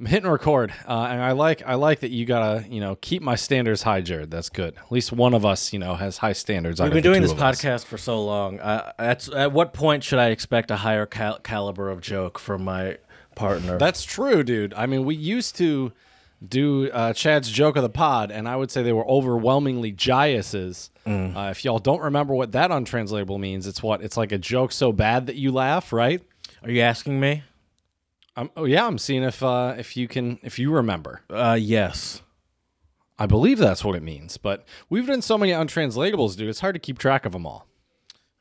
I'm hitting record, uh, and I like I like that you gotta you know keep my standards high, Jared. That's good. At least one of us you know has high standards. out We've been of the doing two this of us. podcast for so long. Uh, at, at what point should I expect a higher cal- caliber of joke from my partner? That's true, dude. I mean, we used to do uh, Chad's joke of the pod, and I would say they were overwhelmingly Jaiuses. Mm. Uh, if y'all don't remember what that untranslatable means, it's what it's like a joke so bad that you laugh, right? Are you asking me? Um, oh yeah, I'm seeing if uh, if you can if you remember. Uh, yes. I believe that's what it means, but we've done so many untranslatables, dude. It's hard to keep track of them all.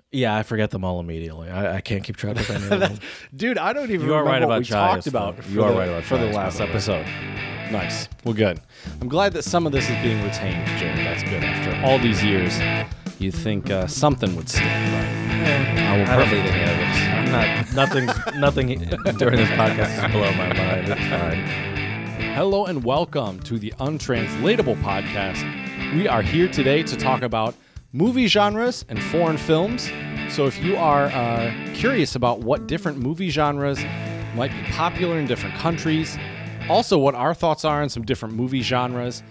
Yeah, I forget them all immediately. I, I can't keep track of any of them. Dude, I don't even You are remember right what about we Jaius, talked though. about You for, are the, right about for the Jaius, last by the way. episode. Nice. Well, good. I'm glad that some of this is being retained, Jared. That's good. After all these years, you'd think uh, something would slip. I will I don't perfect need any of this. I'm not. Nothing's nothing during this podcast is below my mind. It's fine. Hello and welcome to the Untranslatable Podcast. We are here today to talk about movie genres and foreign films. So, if you are uh, curious about what different movie genres might be popular in different countries, also what our thoughts are on some different movie genres,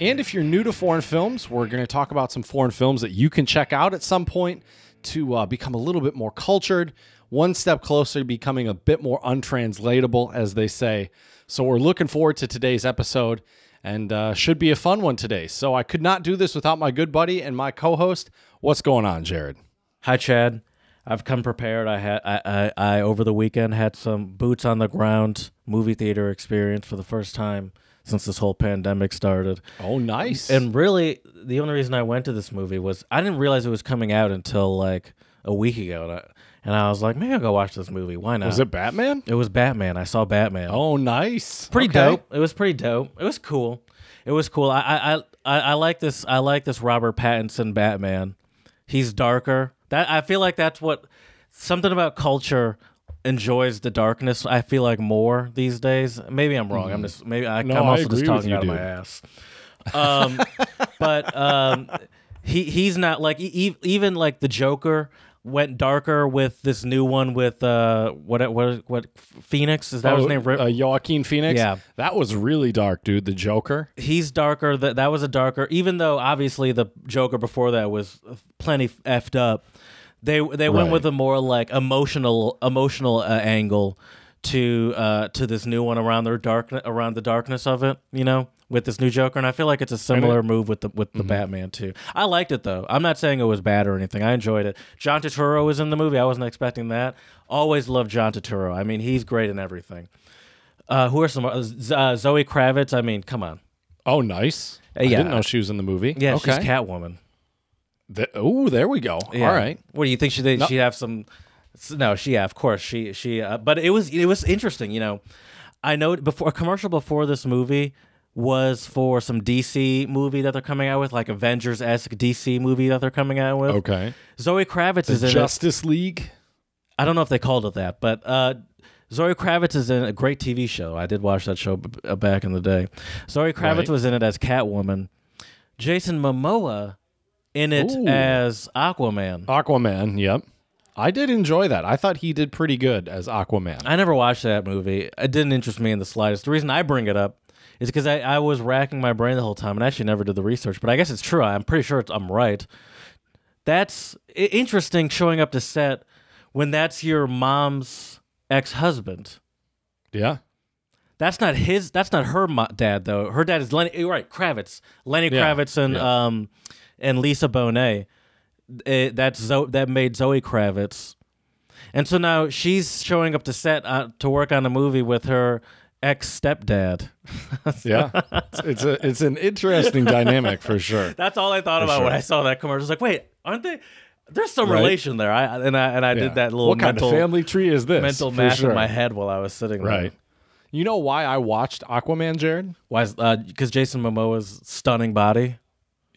and if you're new to foreign films, we're going to talk about some foreign films that you can check out at some point to uh, become a little bit more cultured, one step closer to becoming a bit more untranslatable, as they say. So we're looking forward to today's episode and uh, should be a fun one today. So I could not do this without my good buddy and my co host. What's going on, Jared? Hi, Chad. I've come prepared. I had I, I I over the weekend had some boots on the ground movie theater experience for the first time since this whole pandemic started. Oh, nice. And really, the only reason I went to this movie was I didn't realize it was coming out until like a week ago, and I, and I was like, maybe I'll go watch this movie. Why not? was it Batman? It was Batman. I saw Batman. Oh, nice. pretty Okay. dope. It was pretty dope. It was cool. It was cool. I I, I- I I like this. I like this Robert Pattinson Batman. He's darker. That I feel like that's what something about culture enjoys the darkness. I feel like more these days. Maybe I'm wrong. I'm just maybe I, Mm-hmm. No, I'm I also agree just with talking you, out of dude. my ass. Um, but um, he he's not like e- e- even like the Joker went darker with this new one with uh what what what Phoenix is that Oh, his name? Ri- uh, Joaquin Phoenix. Yeah. That was really dark, dude. The Joker. he's darker. That that was a darker. Even though obviously the Joker before that was plenty effed up. They they went Right. with a more like emotional emotional uh, angle to uh, to this new one around their dark around the darkness of it. You know. With this new Joker, and I feel like it's a similar move with the with the Batman too. I liked it though. I'm not saying it was bad or anything. I enjoyed it. John Turturro was in the movie. I wasn't expecting that. Always loved John Turturro. I mean, he's great in everything. Uh, who are some uh, Z- uh, Zoe Kravitz? I mean, come on. Oh, nice. I yeah. didn't know she was in the movie. Yeah, okay. she's Catwoman. Th- oh, there we go. Yeah. All right. What do you think she did? She have some? s- No, she yeah, of course she she. Uh, but it was it was interesting. You know, I know before a commercial before this movie was for some DC movie that they're coming out with, like Avengers esque DC movie that they're coming out with. Okay. Zoe Kravitz is in it. Justice League. I don't know if they called it that, but uh, Zoe Kravitz is in a great TV show. I did watch that show b- b- uh, back in the day. Zoe Kravitz Right. was in it as Catwoman. Jason Momoa in it Ooh. as Aquaman. Aquaman. Yep. I did enjoy that. I thought he did pretty good as Aquaman. I never watched that movie. It didn't interest me in the slightest. The reason I bring it up is because I, I was racking my brain the whole time and I actually never did the research, but I guess it's true. I'm pretty sure it's, I'm right. That's i- interesting showing up to set when that's your mom's ex husband. Yeah. That's not his. That's not her mo- dad though. Her dad is Lenny. You're right, Kravitz, Lenny Yeah, Kravitz, and um, and Lisa Bonet. Eh, that's Zo- that made Zoe Kravitz, and so now she's showing up to set uh, to work on a movie with her ex stepdad. Yeah. it's, it's a it's an interesting dynamic for sure. That's all I thought about when sure. I saw that commercial. I was like, wait, aren't they? There's some Right. relation there. I and I and I Yeah. did that little what mental kind of family tree is this? mental For math sure. in my head while I was sitting there. Right. You know why I watched Aquaman, Jared? Why? Because Jason Momoa's stunning body.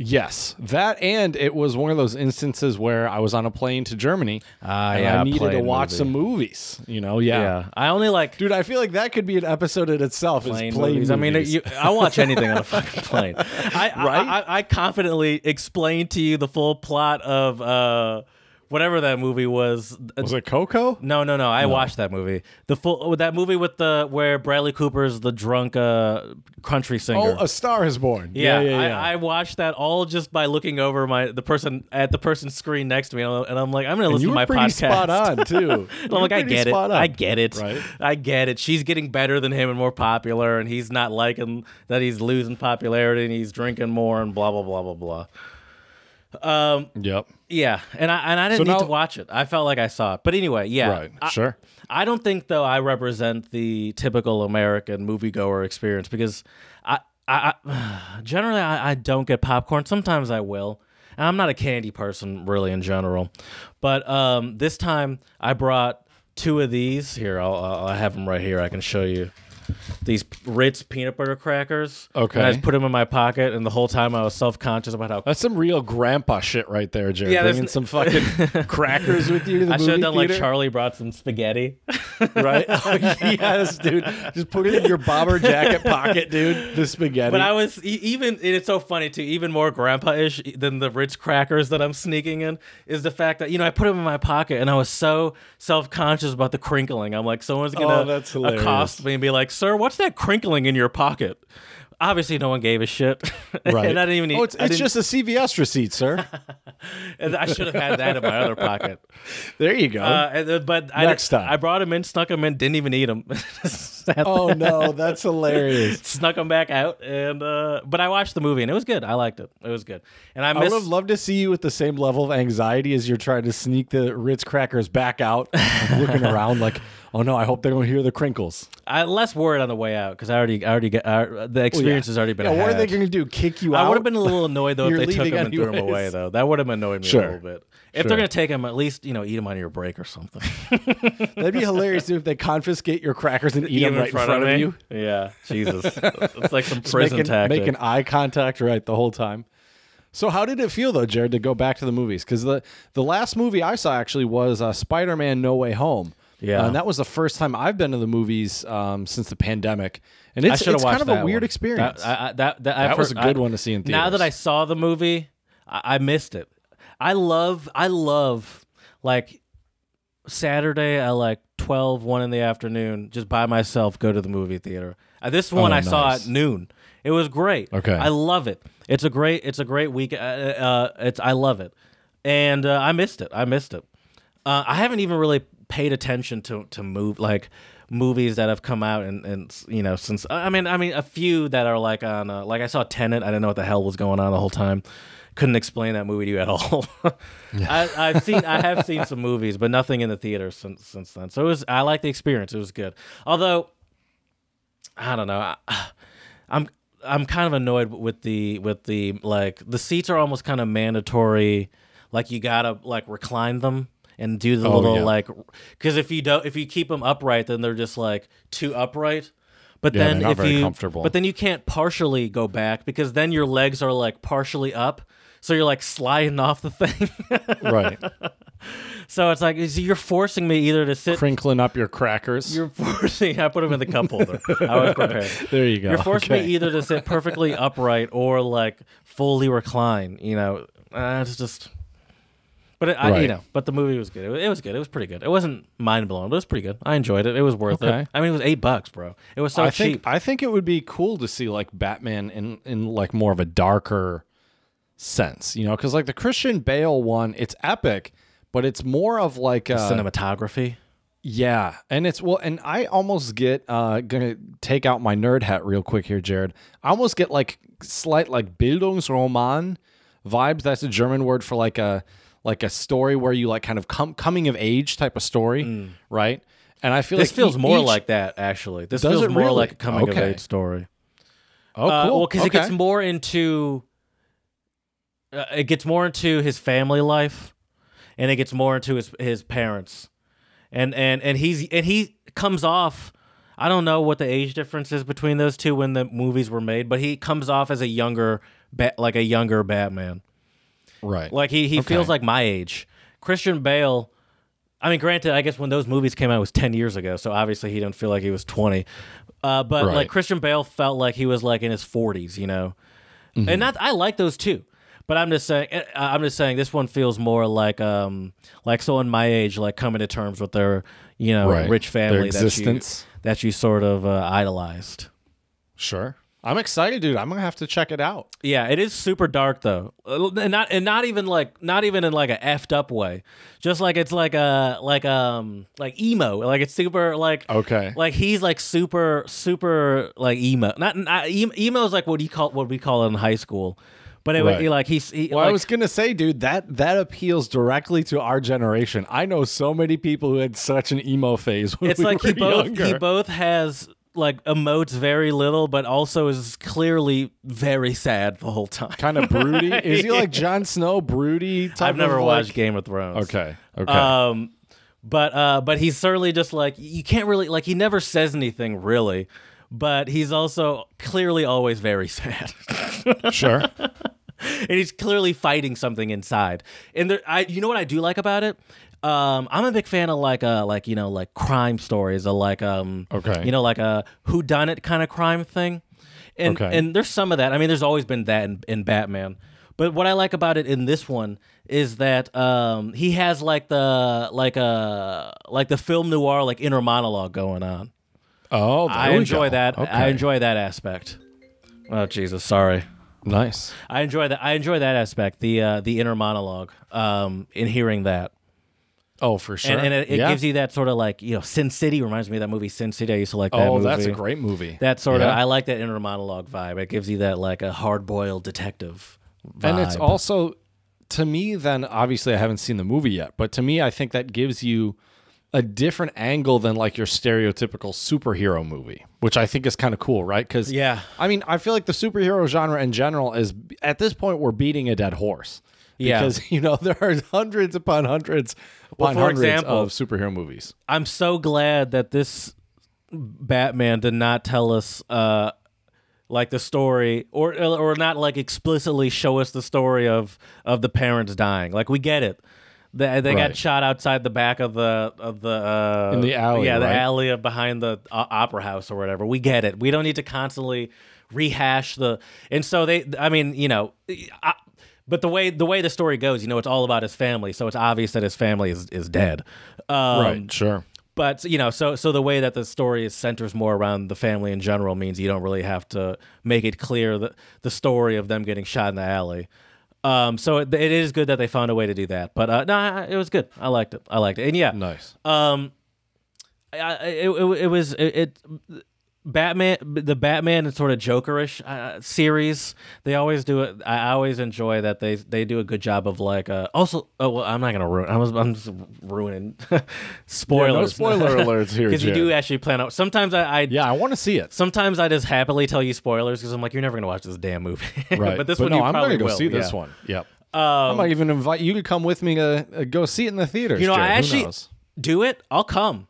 Yes, that and it was one of those instances where I was on a plane to Germany Ah, and yeah, I needed to plane watch movie. some movies. You know, yeah. Yeah, I only like Dude, I feel like that could be an episode in itself. is plane, plane movies. I mean, movies. you, I watch anything on a fucking plane. I, I- Right? I, I, confidently explained to you the full plot of uh, whatever that movie was. uh, Was it Coco? No, no, no. I watched that movie. The full oh, that movie with the where Bradley Cooper's the drunk uh, country singer. Oh, A Star Is Born. uh, yeah, yeah, yeah. I, I watched that all just by looking over my the person at the person's screen next to me, and I'm- and I'm like, I'm gonna and listen you to were my pretty podcast. spot on too. And You I'm were like, I pretty get it. spot on. I get it. Right? I get it. She's getting better than him and more popular, and he's not liking that he's losing popularity and he's drinking more and blah blah blah blah blah. Um, Yep. yeah, and I and I didn't So need now- to watch it. I felt like I saw it, but anyway, yeah, Right. I- sure. I don't think though I represent the typical American moviegoer experience because I I, I generally I, I don't get popcorn. Sometimes I will. And I'm not a candy person really in general, but um, this time I brought two of these here. I'll, I'll I have them right here. I can show you these Ritz peanut butter crackers. Okay. and I just put them in my pocket, and the whole time I was self conscious about how That's some real grandpa shit right there, Jared. Yeah, that's- Bringing some fucking crackers with you to the I should have movie done like theater, Charlie brought some spaghetti. right? yes, dude. Just put it in your bobber jacket pocket, dude. The spaghetti. But I was e- even, and it's so funny too. Even more grandpa-ish than the Ritz crackers that I'm sneaking in is the fact that you know I put them in my pocket, and I was so self-conscious about the crinkling. I'm like, someone's gonna Oh, that's hilarious. accost me and be like, "Sir, what's that crinkling in your pocket?" Obviously, no one gave a shit, right. and I didn't even. Need, oh, it's, I it's didn't- just a CVS receipt, sir. and I should have had that in my other pocket. there you go. Uh, and, uh, but I Next didn't- time. I brought them in, snuck them in, didn't even eat them. oh no, that's hilarious. snuck them back out and uh but i watched the movie and it was good i liked it it was good and i I would missed have loved to see you with the same level of anxiety as you're trying to sneak the Ritz crackers back out, like, looking around like, oh no, I hope they don't hear the crinkles. i less worried on the way out because i already i already got I, the experience has already been Yeah, what are had. they going to do? Kick you out? i would have been a little annoyed though if You're they took leaving them and threw them anyways. away though that would have annoyed me Sure. a little bit if Sure. they're gonna take them at least you know eat them on your break or something That'd be hilarious dude, if they confiscate your crackers and eat Eat them 'em right in front, of, you. me. yeah jesus it's like some Making, prison tactic making eye contact right the whole time. So how did it feel though, Jared, to go back to the movies? Because the the last movie I saw actually was uh, Spider Man No Way Home. Yeah. Uh, and that was the first time I've been to the movies um, since the pandemic, and it's, I should have it's watched kind of that a weird one. experience. That, I, I, that, that, I've That was heard- a good I- one to see in Now theaters. that I saw the movie, I, I missed it. I love, I love like Saturday at like 12, 1 in the afternoon, just by myself, go to the movie theater. Uh, this one Oh, I saw nice. at noon. It was great. Okay. I love it. It's a great, it's a great week. Uh, uh, it's, I love it. And uh, I missed it. I missed it. Uh, I haven't even really paid attention to to move like movies that have come out and and you know since I mean I mean a few that are like on uh, like I saw Tenant I didn't know what the hell was going on the whole time couldn't explain that movie to you at all I, I've seen I have seen some movies but nothing in the theater since since then so it was I like the experience it was good although I don't know. I, I'm I'm kind of annoyed with the with the like the seats are almost kind of mandatory. Like you gotta like recline them and do the little Oh, yeah. like because if you don't if you keep them upright then they're just like too upright. But Yeah, then they're not if very you comfortable. but then you can't partially go back because then your legs are like partially up. So you're like sliding off the thing. right, so it's like you're forcing me either to sit. crinkling up your crackers. You're forcing. I put them in the cup holder. I was prepared. there you go. You're forcing Oh, Okay. me either to sit perfectly upright or like fully recline. You know, uh, it's just. But it, I, Right. you know, but the movie was good. It, wa- it was good. It was pretty good. It wasn't mind blowing, but it was pretty good. I enjoyed it. It was worth Okay. it. I mean, it was eight bucks, bro. It was so I think cheap. I think it would be cool to see like Batman in in like more of a darker sense, you know, because like the Christian Bale one, it's epic, but it's more of uh, like a, Cinematography. yeah, and it's well, and I almost get uh gonna take out my nerd hat real quick here, Jared. I almost get like slight like Bildungsroman vibes. That's a German word for like a like a story where you like kind of come coming of age type of story, right? And I feel Mm. This like feels e- more each- like that actually. This Does feels it more really? like a coming of Okay. age story. oh cool Uh, well, because okay. it gets more into uh, it gets more into his family life, and it gets more into his his parents, and and and he's and he comes off. I don't know what the age difference is between those two when the movies were made, but he comes off as a younger, ba- like a younger Batman. right. Like he he feels like my age. Christian Bale. I mean, granted, I guess when those movies came out it was ten years ago, so obviously he didn't feel like he was twenty. Uh, but Right. Mm-hmm. like Christian Bale felt like he was like in his forties, you know. And not I like those too, But I'm just saying, eh, I- I'm just saying, this one feels more like, um, like someone my age, like coming to terms with their, you know, Right. rich Their family existence. that you that you sort of uh, idolized. Sure. I'm excited, dude. I'm gonna have to check it out. Yeah, it is super dark though, Uh, and not and not even like not even in like a effed up way, just like it's like a like um like emo, like it's super like Okay. like he's like super super like emo. Not, not em- emo is like what you call what we call it in high school, but it, Right. would like he's he, Well, I like- was gonna say, dude, that that appeals directly to our generation. I know so many people who had such an emo phase when it's we like were he both younger. he both has like emotes very little, but also is clearly very sad the whole time. kind of broody. Is he like Jon Snow, broody? Type I've never of, watched like- Game of Thrones. Okay. Okay. Um, but uh, but he's certainly just like you can't really like he never says anything really, but he's also clearly always very sad, sure. and he's clearly fighting something inside. And there, I you know what I do like about it. Um, I'm a big fan of like uh like you know like crime stories or like um Okay. you know like a who done it kind of crime thing, and Okay. and there's some of that. I mean, there's always been that in, in Batman. But what I like about it in this one is that um, he has like the like a like the film noir like inner monologue going on. Oh, there I we enjoy go. that. Okay. I enjoy that aspect. Oh Jesus, sorry. Nice. I enjoy that. I enjoy that aspect. The uh, the inner monologue. Um, in hearing that, Oh, for sure. and, and it, it Yeah. gives you that sort of like you know Sin City reminds me of that movie Sin City. I used to like that Oh, movie. that's a great movie. That sort of Yeah. I like that inner monologue vibe. It gives you that like a hard boiled detective. Vibe. and it's also to me then obviously i haven't seen the movie yet but to me i think that gives you a different angle than like your stereotypical superhero movie which i think is kind of cool right because Yeah. i mean i feel like the superhero genre in general is at this point we're beating a dead horse Yeah. because you know there are hundreds upon hundreds upon for hundreds example- of superhero movies I'm so glad that this Batman did not tell us uh like the story or or not like explicitly show us the story of of the parents dying. Like we get it. They, they Right. got shot outside the back of the of the uh, In the alley, Yeah, the right? alley of behind the uh, opera house or whatever. We get it. We don't need to constantly rehash the. And so they, I mean, you know, I, but the way the way the story goes, you know, it's all about his family. So it's obvious that his family is is dead. Um, right sure but you know so so the way that the story is centers more around the family in general means you don't really have to make it clear that the story of them getting shot in the alley um so it, it is good that they found a way to do that but uh no I- it was good i liked it i liked it and yeah nice um I- I, it, it, it was it, it batman the batman and sort of jokerish uh, series they always do it i always enjoy that they they do a good job of like uh also oh well i'm not gonna ruin i was i'm just ruining spoilers no spoiler alerts here because you do Jim. actually plan out sometimes i, I yeah i want to see it sometimes i just happily tell you spoilers because i'm like you're never gonna watch this damn movie right but this one no, you i'm probably gonna go will, see this yeah. Um, one yep i might even invite you to come with me to uh, go see it in the theater You know, Jay. I Who actually knows? do it. I'll come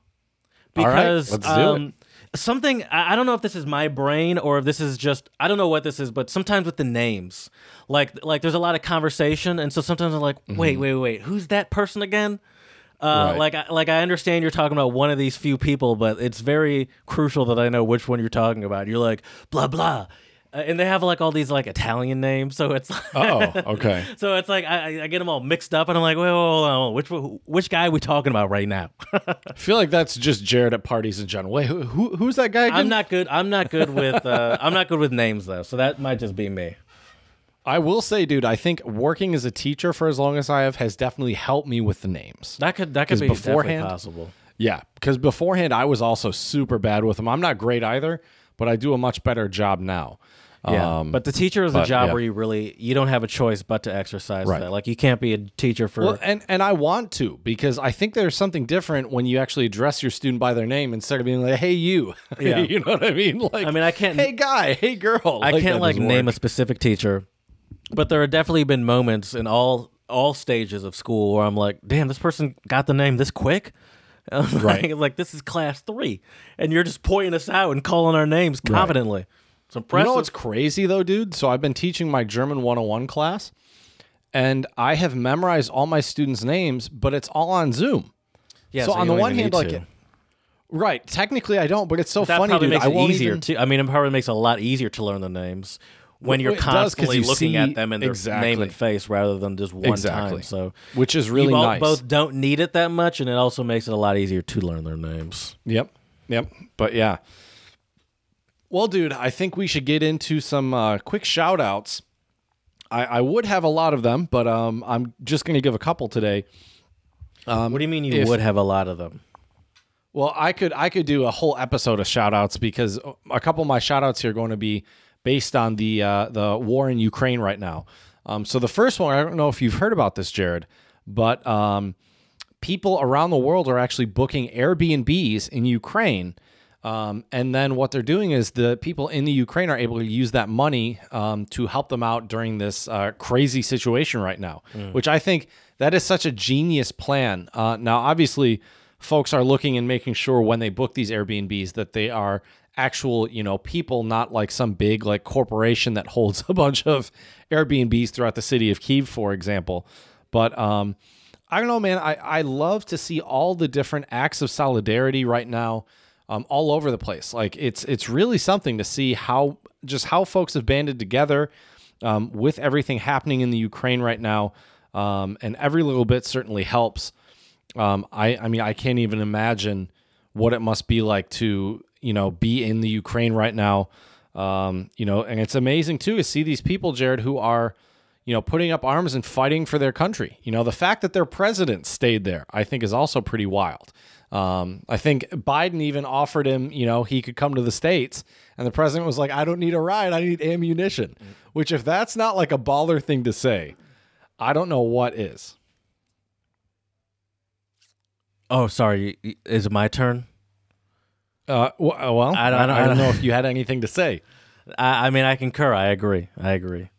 right, because let's do um, something. I I don't know if this is my brain or if this is just. I don't know what this is, but sometimes with the names, like like there's a lot of conversation, and so sometimes I'm like, wait, wait, wait, who's that person again? Mm-hmm. Uh, Right. Like, I, like I understand you're talking about one of these few people, but it's very crucial that I know which one you're talking about. You're like blah blah, uh, and they have like all these like Italian names, so it's like, oh okay so it's like I, I- I get them all mixed up, and I'm like, wait, wait, hold on, hold on. which one- which guy are we talking about right now? i feel like that's just jared at parties in general wait who, who who's that guy again? I'm not good. I'm not good with uh, I'm not good with names though, so that might just be me. i will say dude i think working as a teacher for as long as i have has definitely helped me with the names That could that could be beforehand- beforehand possible. yeah because beforehand i was also super bad with them i'm not great either but i do a much better job now Yeah, Um, but the teacher is a job yeah. where you really you don't have a choice but to exercise Right. that. Like you can't be a teacher for. Well, and and I want to because I think there's something different when you actually address your student by their name instead of being like, "Hey, you." Yeah. you know what I mean? Like, I mean, I can't- Hey, guy. Hey, girl. I can't like name a specific teacher, but there have definitely been moments in all all stages of school where I'm like, damn, this person got the name this quick. Right. like, like, this is class three, and you're just pointing us out and calling our names confidently. It's You impressive. know what's crazy though, dude? So I've been teaching my German 101 class, and I have memorized all my students' names, but it's all on Zoom. yeah, so, you on the don't one even hand, need like, to. it, right? Technically, I don't, but it's so that funny, probably dude. makes I it won't easier even- too. I mean, it probably makes it a lot easier to learn the names when you're Well, it does 'cause constantly you looking see- at them in their name exactly. and face rather than just one Exactly. time. So which is really you both, nice. both don't need it that much, and it also makes it a lot easier to learn their names. Yep. Yep. But yeah. Well, dude, I think we should get into some uh, quick shout outs. I, I would have a lot of them, but um, I'm just going to give a couple today. what do you mean you if- would have a lot of them? Well, I could I could do a whole episode of shout outs because a couple of my shout outs here are going to be based on the uh, the war in Ukraine right now. Um, so the first one, I don't know if you've heard about this, Jared, but um, people around the world are actually booking Airbnbs in Ukraine. Um, and then what they're doing is the people in the Ukraine are able to use that money um, to help them out during this uh, crazy situation right now, which I think that is such a genius plan. Uh, now, obviously, folks are looking and making sure when they book these Airbnbs that they are actual, you know, people, not like some big like corporation that holds a bunch of Airbnbs throughout the city of Kiev, for example. But um, I don't know, man. I, I love to see all the different acts of solidarity right now, um, all over the place. Like it's it's really something to see how just how folks have banded together um, with everything happening in the Ukraine right now, um, and every little bit certainly helps. Um, I I mean I can't even imagine what it must be like to you know be in the Ukraine right now. Um, you know, and it's amazing too to see these people, Jared, who are you know putting up arms and fighting for their country. You know, the fact that their president stayed there, I think, is also pretty wild. Um, I think Biden even offered him, you know, he could come to the states, and the president was like, "I don't need a ride, I need ammunition." Which, if that's not like a baller thing to say, I don't know what is. Oh, sorry. y- y- Is it my turn? Uh, wh- uh, well, I don't, I, don't, know if you had anything to say, I, I mean, I concur. I agree. I agree.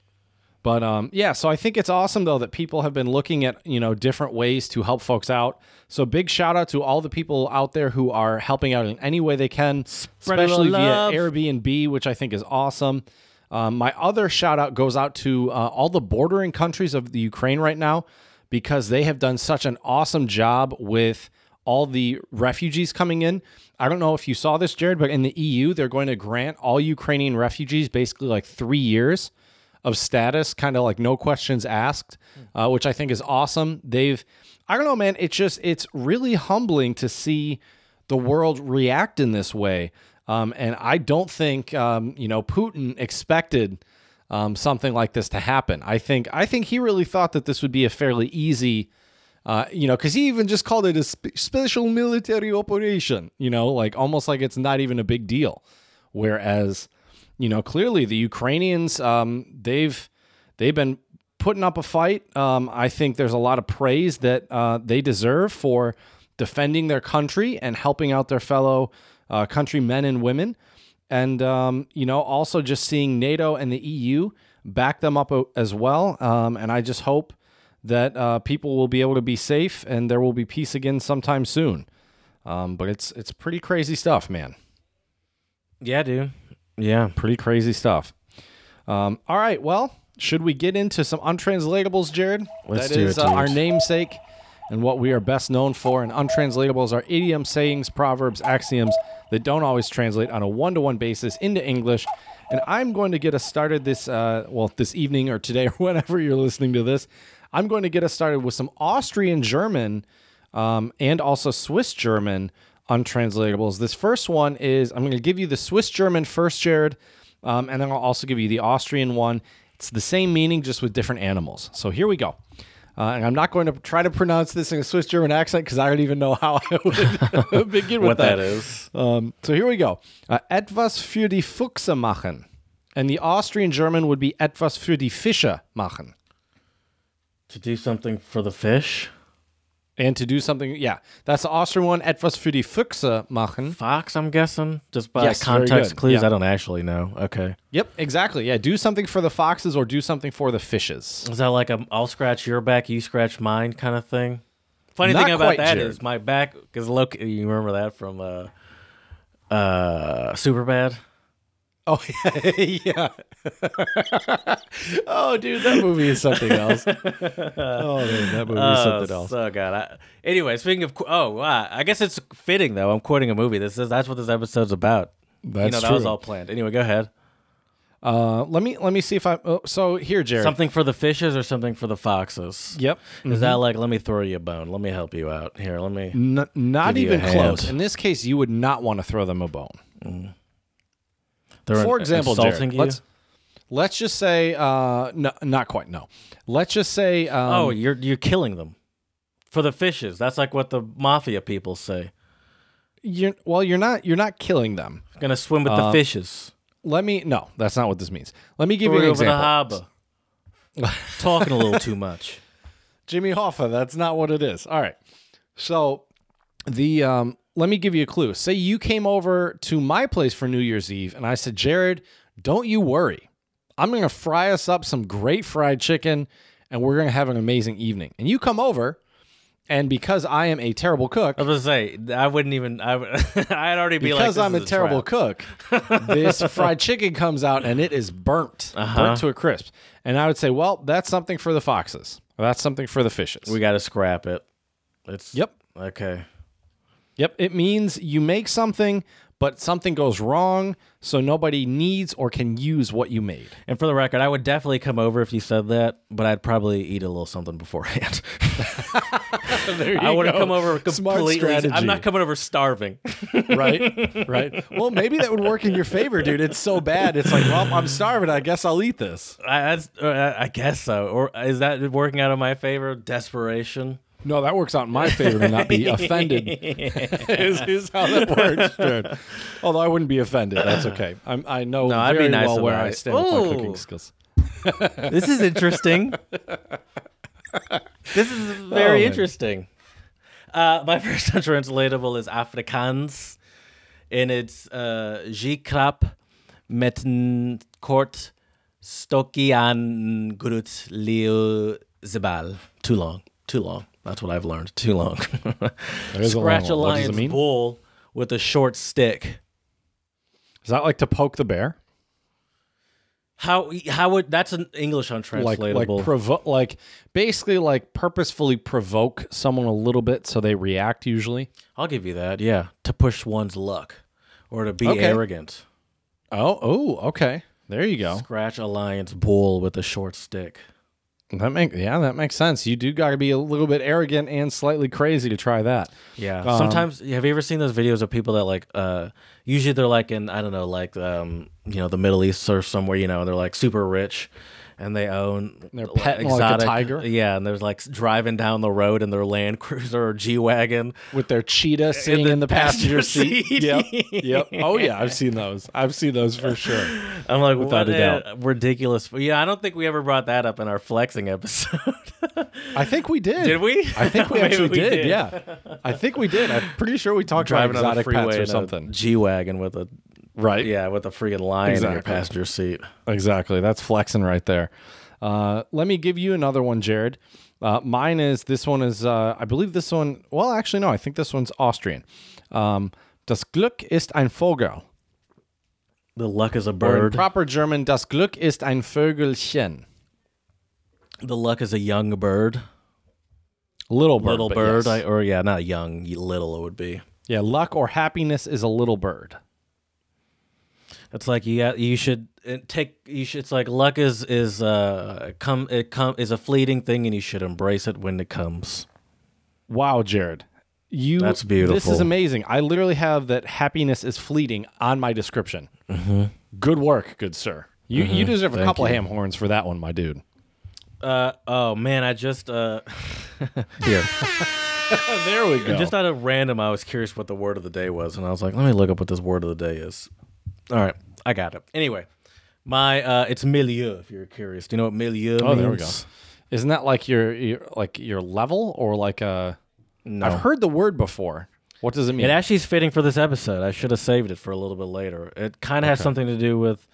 but um, yeah. So I think it's awesome though that people have been looking at you know different ways to help folks out. So big shout out to all the people out there who are helping out in any way they can, a little especially love. via Airbnb, which I think is awesome. Um, my other shout out goes out to uh, all the bordering countries of the Ukraine right now because they have done such an awesome job with all the refugees coming in. I don't know if you saw this, Jared, but in the EU, they're going to grant all Ukrainian refugees basically like three years of status, kind of like no questions asked, uh, which I think is awesome. They've, I don't know, man, it's just, it's really humbling to see the world react in this way. Um, and I don't think um, you know Putin expected um, something like this to happen. I think I think he really thought that this would be a fairly easy, uh, you know, because he even just called it a sp- special military operation. You know, like almost like it's not even a big deal. Whereas, you know, clearly the Ukrainians um, they've they've been putting up a fight. Um, I think there's a lot of praise that uh, they deserve for defending their country and helping out their fellow uh, countrymen and women. And, um, you know, also just seeing NATO and the EU back them up uh, as well. Um, and I just hope that uh, people will be able to be safe and there will be peace again sometime soon. Um, but it's it's pretty crazy stuff, man. Yeah, dude. Yeah. Pretty crazy stuff. Um, all right, well, should we get into some untranslatables, Jared? Let's That do is, it, uh, dude. our namesake and what we are best known for. And untranslatables are idioms, sayings, proverbs, axioms that don't always translate on a one-to-one basis into English. And I'm going to get us started this, uh, well, this evening or today or whenever you're listening to this. I'm going to get us started with some Austrian German um, and also Swiss German untranslatables. This first one is I'm going to give you the Swiss German first, Jared, um, and then I'll also give you the Austrian one. It's the same meaning, just with different animals. So here we go. Uh, and I'm not going to try to pronounce this in a Swiss German accent because I don't even know how I would begin with What that that is. um, so here we go. Uh, etwas für die Fuchse machen. And the Austrian German would be etwas für die Fische machen. To do something for the fish? And to do something, yeah, that's the Austrian one, etwas für die Füchse machen. Fox, I'm guessing? Just by Yes, very context good. clues. Yeah. I don't actually know. Okay. Yep, exactly. Yeah, do something for the foxes or do something for the fishes. Is that like a I'll scratch your back, you scratch mine kind of thing? Funny Not thing about quite, that is Jared. my back is look you remember that from uh uh Superbad? Oh, yeah. oh, dude, that movie is something else. Oh, man, that movie is something else. Oh god. I, anyway, speaking of qu- oh, wow. I guess it's fitting though. I'm quoting a movie. This is that's what this episode's about. That's you know, that was all planned. Anyway, go ahead. Uh, let me let me see if I. Oh, so here, Jared. Something for the fishes or something for the foxes? Yep. Is Mm-hmm. that like, let me throw you a bone? Let me help you out. Here, let me. N- not Give you even a close. hand. In this case, you would not want to throw them a bone. They're For in- example, insulting Jared, you? let's let's just say uh, no, not quite. No, let's just say. Um, oh, you're you're killing them for the fishes. That's like what the mafia people say. you're well. You're not. You're not killing them. Gonna swim with Uh, the fishes. Let me. No, that's not what this means. Let me give Throw you an you over the example. harbor. Talking a little too much. Jimmy Hoffa. That's not what it is. All right. So the um, let me give you a clue. Say you came over to my place for New Year's Eve, and I said, Jared, don't you worry. I'm gonna fry us up some great fried chicken, and we're gonna have an amazing evening. And you come over, and because I am a terrible cook, I was gonna say I wouldn't even. I would. I'd already be like because this I'm a is terrible trap. cook, this fried chicken comes out and it is burnt, Uh-huh. burnt to a crisp. And I would say, well, that's something for the foxes. Or that's something for the fishes. We gotta scrap it. It's yep. Okay. Yep. It means you make something, but something goes wrong. So nobody needs or can use what you made. And for the record, I would definitely come over if you said that, but I'd probably eat a little something beforehand. I wouldn't come over Smart completely. I'm strategy. not coming over starving. right? Right. Well, maybe that would work in your favor, dude. It's so bad. It's like, well, I'm starving. I guess I'll eat this. I, that's, uh, I I guess so. Or is that working out in my favor? Desperation. No, that works out in my favor to not be offended. is, is how that works. Jared. Although I wouldn't be offended. That's okay. I'm, I know I'd be very nice well where about I it. stand with my Ooh. cooking skills. This is interesting. this is very Oh, man. interesting. Uh, my first untranslatable is Afrikaans, and it's uh, "Jikrap met n- kort stokian grut leo zibal." Too long. Too long. That's what I've learned. Too long. is a long one. What does Scratch a it lion's mean? bull with a short stick. Is that like to poke the bear? How how would that's an English Like like untranslatable? provoke like basically like purposefully provoke someone a little bit so they react usually. I'll give you that. Yeah, to push one's luck or to be Okay. arrogant. Oh, oh, okay. There you go. Scratch a lion's bull with a short stick. That make yeah, that makes sense. You do got to be a little bit arrogant and slightly crazy to try that. Yeah. Um, Sometimes have you ever seen those videos of people that like uh usually they're like in I don't know like um you know the Middle East or somewhere you know they're like super rich and they own They're like, petting like a tiger? Yeah, and they're like driving down the road in their Land Cruiser or G-Wagon. with their cheetah sitting in the passenger passenger seat. seat. Yep. Yep. Oh yeah, I've seen those. I've seen those for sure. I'm like Without what a doubt. a ridiculous. Yeah, I don't think we ever brought that up in our flexing episode. I think we did. Did we? I think we Maybe actually we did. did. Yeah. I think we did. I'm pretty sure we talked driving about on the exotic pets freeway in or a something. G-Wagon with a Right. yeah, with a freaking lion in Exactly. your passenger seat. Exactly. That's flexing right there. Uh, let me give you another one, Jared. Uh, mine is this one is uh, I believe this one. Well, actually, no. I think this one's Austrian. Um, das Glück ist ein Vogel. The luck is a Or in bird. proper German, das Glück ist ein Vögelchen. the luck is a young bird. Little bird. little but bird, yes. I, or yeah, not young, y- little it would be. Yeah, luck or happiness is a little bird. It's like you got, you should uh, take you should. It's like luck is is uh come it come is a fleeting thing, and you should embrace it when it comes. Wow, Jared. You That's beautiful. This is amazing. I literally have that happiness is fleeting on my description. Mm-hmm. Good work, good sir. You you deserve a couple of ham horns for that one, my dude. Uh oh man, I just uh here there we go. just out of random, I was curious what the word of the day was, and I was like, let me look up what this word of the day is. All right, I got it. Anyway, my uh it's milieu. If you're curious, do you know what milieu? oh, there we go. Isn't that like your, your like your level or like a? have heard the word before. What does it mean? It actually is fitting for this episode. I should have saved it for a little bit later. It kind of has something to do with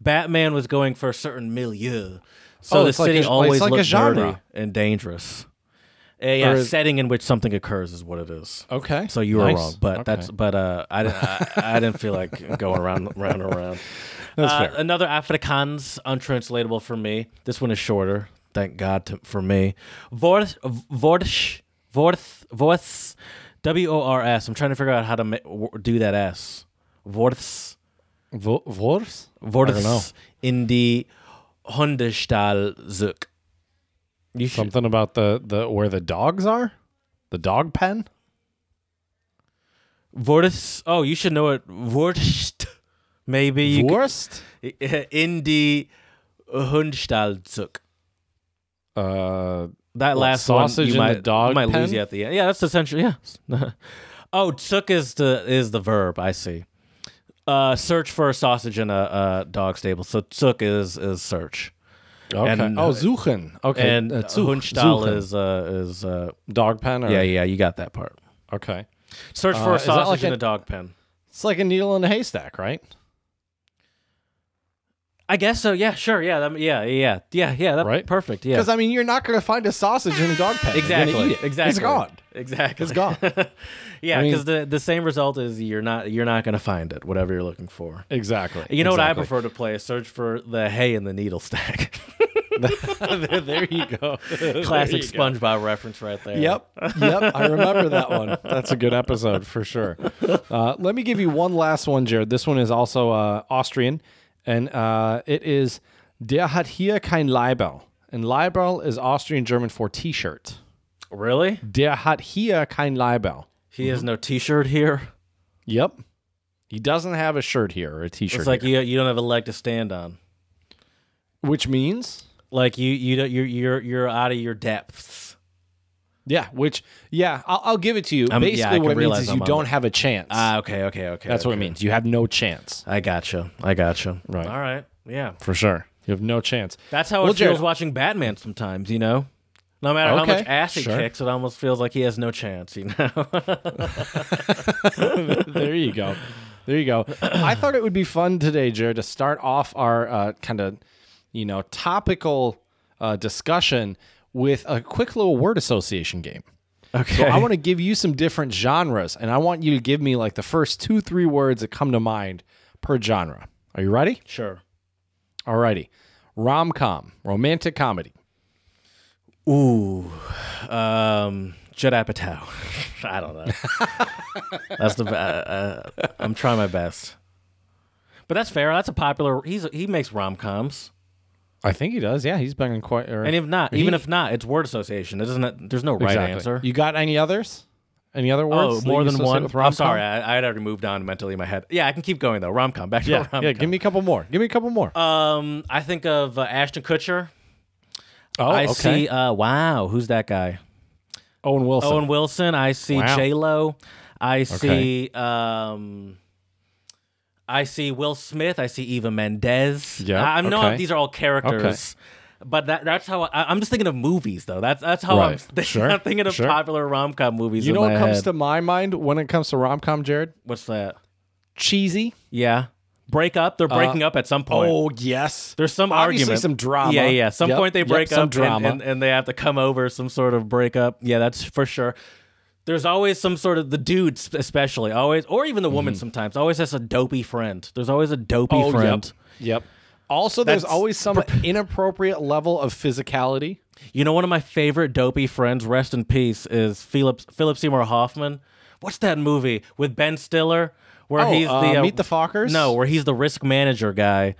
Batman was going for a certain milieu, so Oh, the it's like city a- it's always like a looked genre. dirty and dangerous. A yeah, Or is- setting in which something occurs is what it is. okay. So you were Nice. wrong, but Okay. that's but uh, I, didn't- I I didn't feel like going around round and round. That's Uh, fair. Another Afrikaans untranslatable for me. This one is shorter. Thank God to, for me. Vorth, vorth, vorth, vorths, W O R S. I'm trying to figure out how to ma- w- do that S. Vorths. Vo- Vors? Wurde don't know. in die Hundestall zurück. You should, Something about the, the where the dogs are? The dog pen? Vortis. Oh, you should know it. Wurst. Maybe you could- Wurst? in the Hundstall zurück. Uh, That What, last sausage one, in you might, the dog might lose pen? you at the end. Yeah, that's essentially yeah. oh, took is the is the verb. I see. Uh, search for a sausage in a, uh dog stable. So took is is search, okay. And- oh, Suchen. Okay. and uh, uh, Such- Hundstall Suchen. is uh, is uh, dog pen. Or, yeah yeah you got that part. Okay. Search for Uh, a is that like sausage in an- a dog pen. It's like a needle in a haystack, right? I guess so. Yeah, sure. Yeah, that, yeah, yeah, yeah, yeah. That, Right? Perfect. Yeah. Because I mean, you're not going to find a sausage in a dog pen. You're gonna Exactly. eat it. Exactly. It's gone. Exactly. It's gone. yeah, I mean- because the the same result is you're not you're not gonna find it. Whatever you're looking for. Exactly. You know what I Exactly. prefer to play? Search for the hay in the needle stack. there, there you go. There Classic you go. SpongeBob reference right there. Yep. Yep. I remember that one. That's a good episode for sure. Uh, let me give you one last one, Jared. This one is also uh, Austrian, and uh, it is Der hat hier kein Leibel. And Leibel is Austrian German for t shirt. Really? Der hat hier kein Leibel. He Mm-hmm. has no T-shirt here. Yep. He doesn't have a shirt here or a t shirt. It's like you you don't have a leg to stand on. Which means Like you you don't you're you're you're out of your depths. Yeah, which yeah, I'll, I'll give it to you. Um, yeah, Basically, I what can it means realize is I'm you on don't have a chance. Ah, okay, okay, okay. That's what it okay. means. You have no chance I gotcha. I gotcha. Right. All right. Yeah. for sure. You have no chance. That's how Well, it feels Jared- watching Batman sometimes, you know? No matter how Okay, much ass he sure. kicks, it almost feels like he has no chance, you know? there you go. There you go. I thought it would be fun today, Jared, to start off our uh, kind of, you know, topical uh, discussion with a quick little word association game. okay. So I want to give you some different genres, and I want you to give me like the first two, three words that come to mind per genre. Are you ready? sure. Alrighty. Rom com, romantic comedy. Ooh, um, Judd Apatow. I don't know. that's the. Uh, uh, I'm trying my best, but that's fair. That's a popular. He's he makes rom coms, I think he does. Yeah, he's been in quite. Or, and if not, even He- if not, it's word association. It doesn't. There's no right Exactly. answer. You got any others? Any other Oh, words? that more you than associate one. with I'm rom-com? sorry, I, I had already moved on mentally in my head. Yeah, I can keep going though. Rom com. Back to Yeah, rom. yeah. Give me a couple more. Give me a couple more. Um, I think of uh, Ashton Kutcher. oh, I see. Uh, wow, who's that guy? Owen Wilson. Owen Wilson. I see Wow. J Lo. I see. Um, I see Will Smith. I see Eva Mendes. Yeah, I, I know okay. these are all characters. But that, that's how I, I'm just thinking of movies, though. That's that's how I'm, Right. thinking. Sure, I'm thinking of sure. popular rom com movies. you in know what my comes head. to my mind when it comes to rom com, Jared? what's that? Cheesy. Yeah, break up. They're breaking up at some Oh, point. yes. There's some Obviously argument. some drama. Yeah, yeah. Some Yep, point they yep, break some up and- drama. And, and, they have to come over some sort of breakup. Yeah, that's for sure. There's always some sort of the dude sp- especially always or even the woman sometimes always has a dopey friend. There's always a dopey Mm-hmm. Oh, friend. yep. Yep. Also, there's That's always some inappropriate level of physicality. You know one of my favorite dopey friends, rest in peace, is Philip Philip Seymour Hoffman. What's that movie with Ben Stiller where Oh, he's the uh, Meet the Fockers? No, where he's the risk manager guy.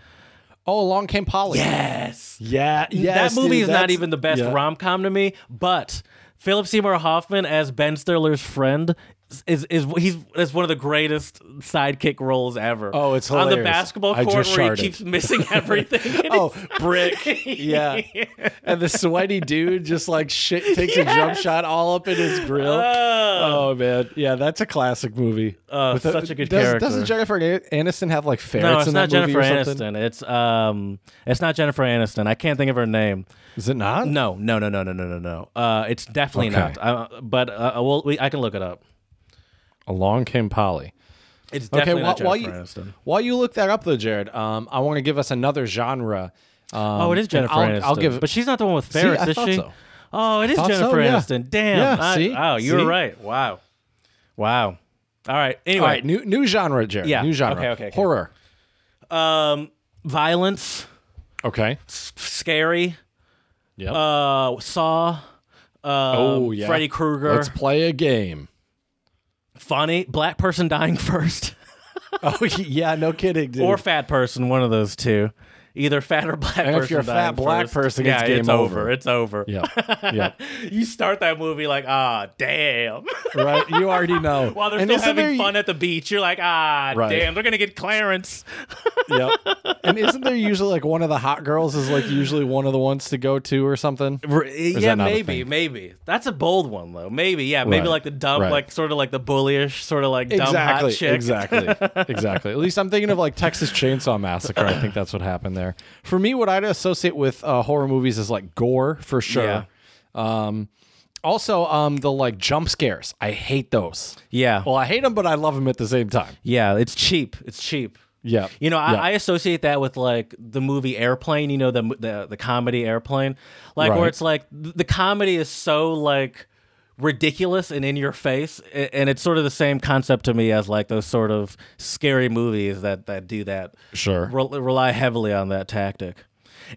Oh, along came Polly. Yes. Yeah. yes, that movie dude, is not that's- even the best yeah. rom com to me, but Philip Seymour Hoffman as Ben Stiller's friend is is, is he's is one of the greatest sidekick roles ever. Oh, it's on the hilarious. basketball I court just where sharted. he keeps missing everything. and Oh, he's- brick. Yeah. And the sweaty dude just like shit takes a jump shot all up in his grill. oh man. Yeah, that's a classic movie. Oh, such a good does, character. Doesn't Jennifer An- Aniston have like ferrets no, it's in not that movie Jennifer or something? Aniston. It's um, it's not Jennifer Aniston. I can't think of her name. Is it not? No, no, no, no, no, no, no, no. Uh, it's definitely Okay. not. Uh, but uh, well, we, I can look it up. Along came Polly. It's Okay, definitely while, not while Jennifer you Aniston. while you look that up though, Jared, um, I want to give us another genre. Um, Oh, it is and Jennifer I'll, Aniston. I'll give. but she's not the one with I ferrets, is thought she? so. Oh, it is thought so, Jennifer yeah. Aniston. Damn. Yeah, I- see? Wow, you See? were right. Wow. Wow. All right. Anyway, all right, new new genre, Jared. Yeah, New genre. okay, okay, okay. Horror. um, violence, Okay. s- scary, Yeah. uh, Saw, um, Oh, yeah. Freddy Krueger, Let's play a game. funny, black person dying first. oh yeah, no kidding, dude. or fat person, one of those two. Either fat or black And person. if you're a fat dying black first. person, yeah, it's game it's over. over. It's over. yeah, yeah, You start that movie like, ah, damn. right. You already know. While they're And still isn't having there- fun at the beach, you're like, ah, Right. damn, they're gonna get Clarence. Yep. And isn't there usually like one of the hot girls is like usually one of the ones to go to or something? yeah, that not a maybe, thing? maybe. That's a bold one though. Maybe, yeah, maybe Right. like the dumb, Right. like sort of like the bullyish, sort of like dumb hot Exactly. chick. Exactly. exactly. At least I'm thinking of like Texas Chainsaw Massacre. I think that's what happened there. For me, what I'd associate with uh, horror movies is like gore for sure. Yeah. Um, also, um, the like jump scares. I hate those. Yeah, Well, I hate them, but I love them at the same time. yeah. It's cheap. It's cheap. Yeah. You know, I, Yeah. I associate that with like the movie Airplane. You know, the the, the comedy Airplane, like where Right. it's like th- the comedy is so like ridiculous and in your face, a- and it's sort of the same concept to me as like those sort of scary movies that that do that. Sure. Rel- rely heavily on that tactic,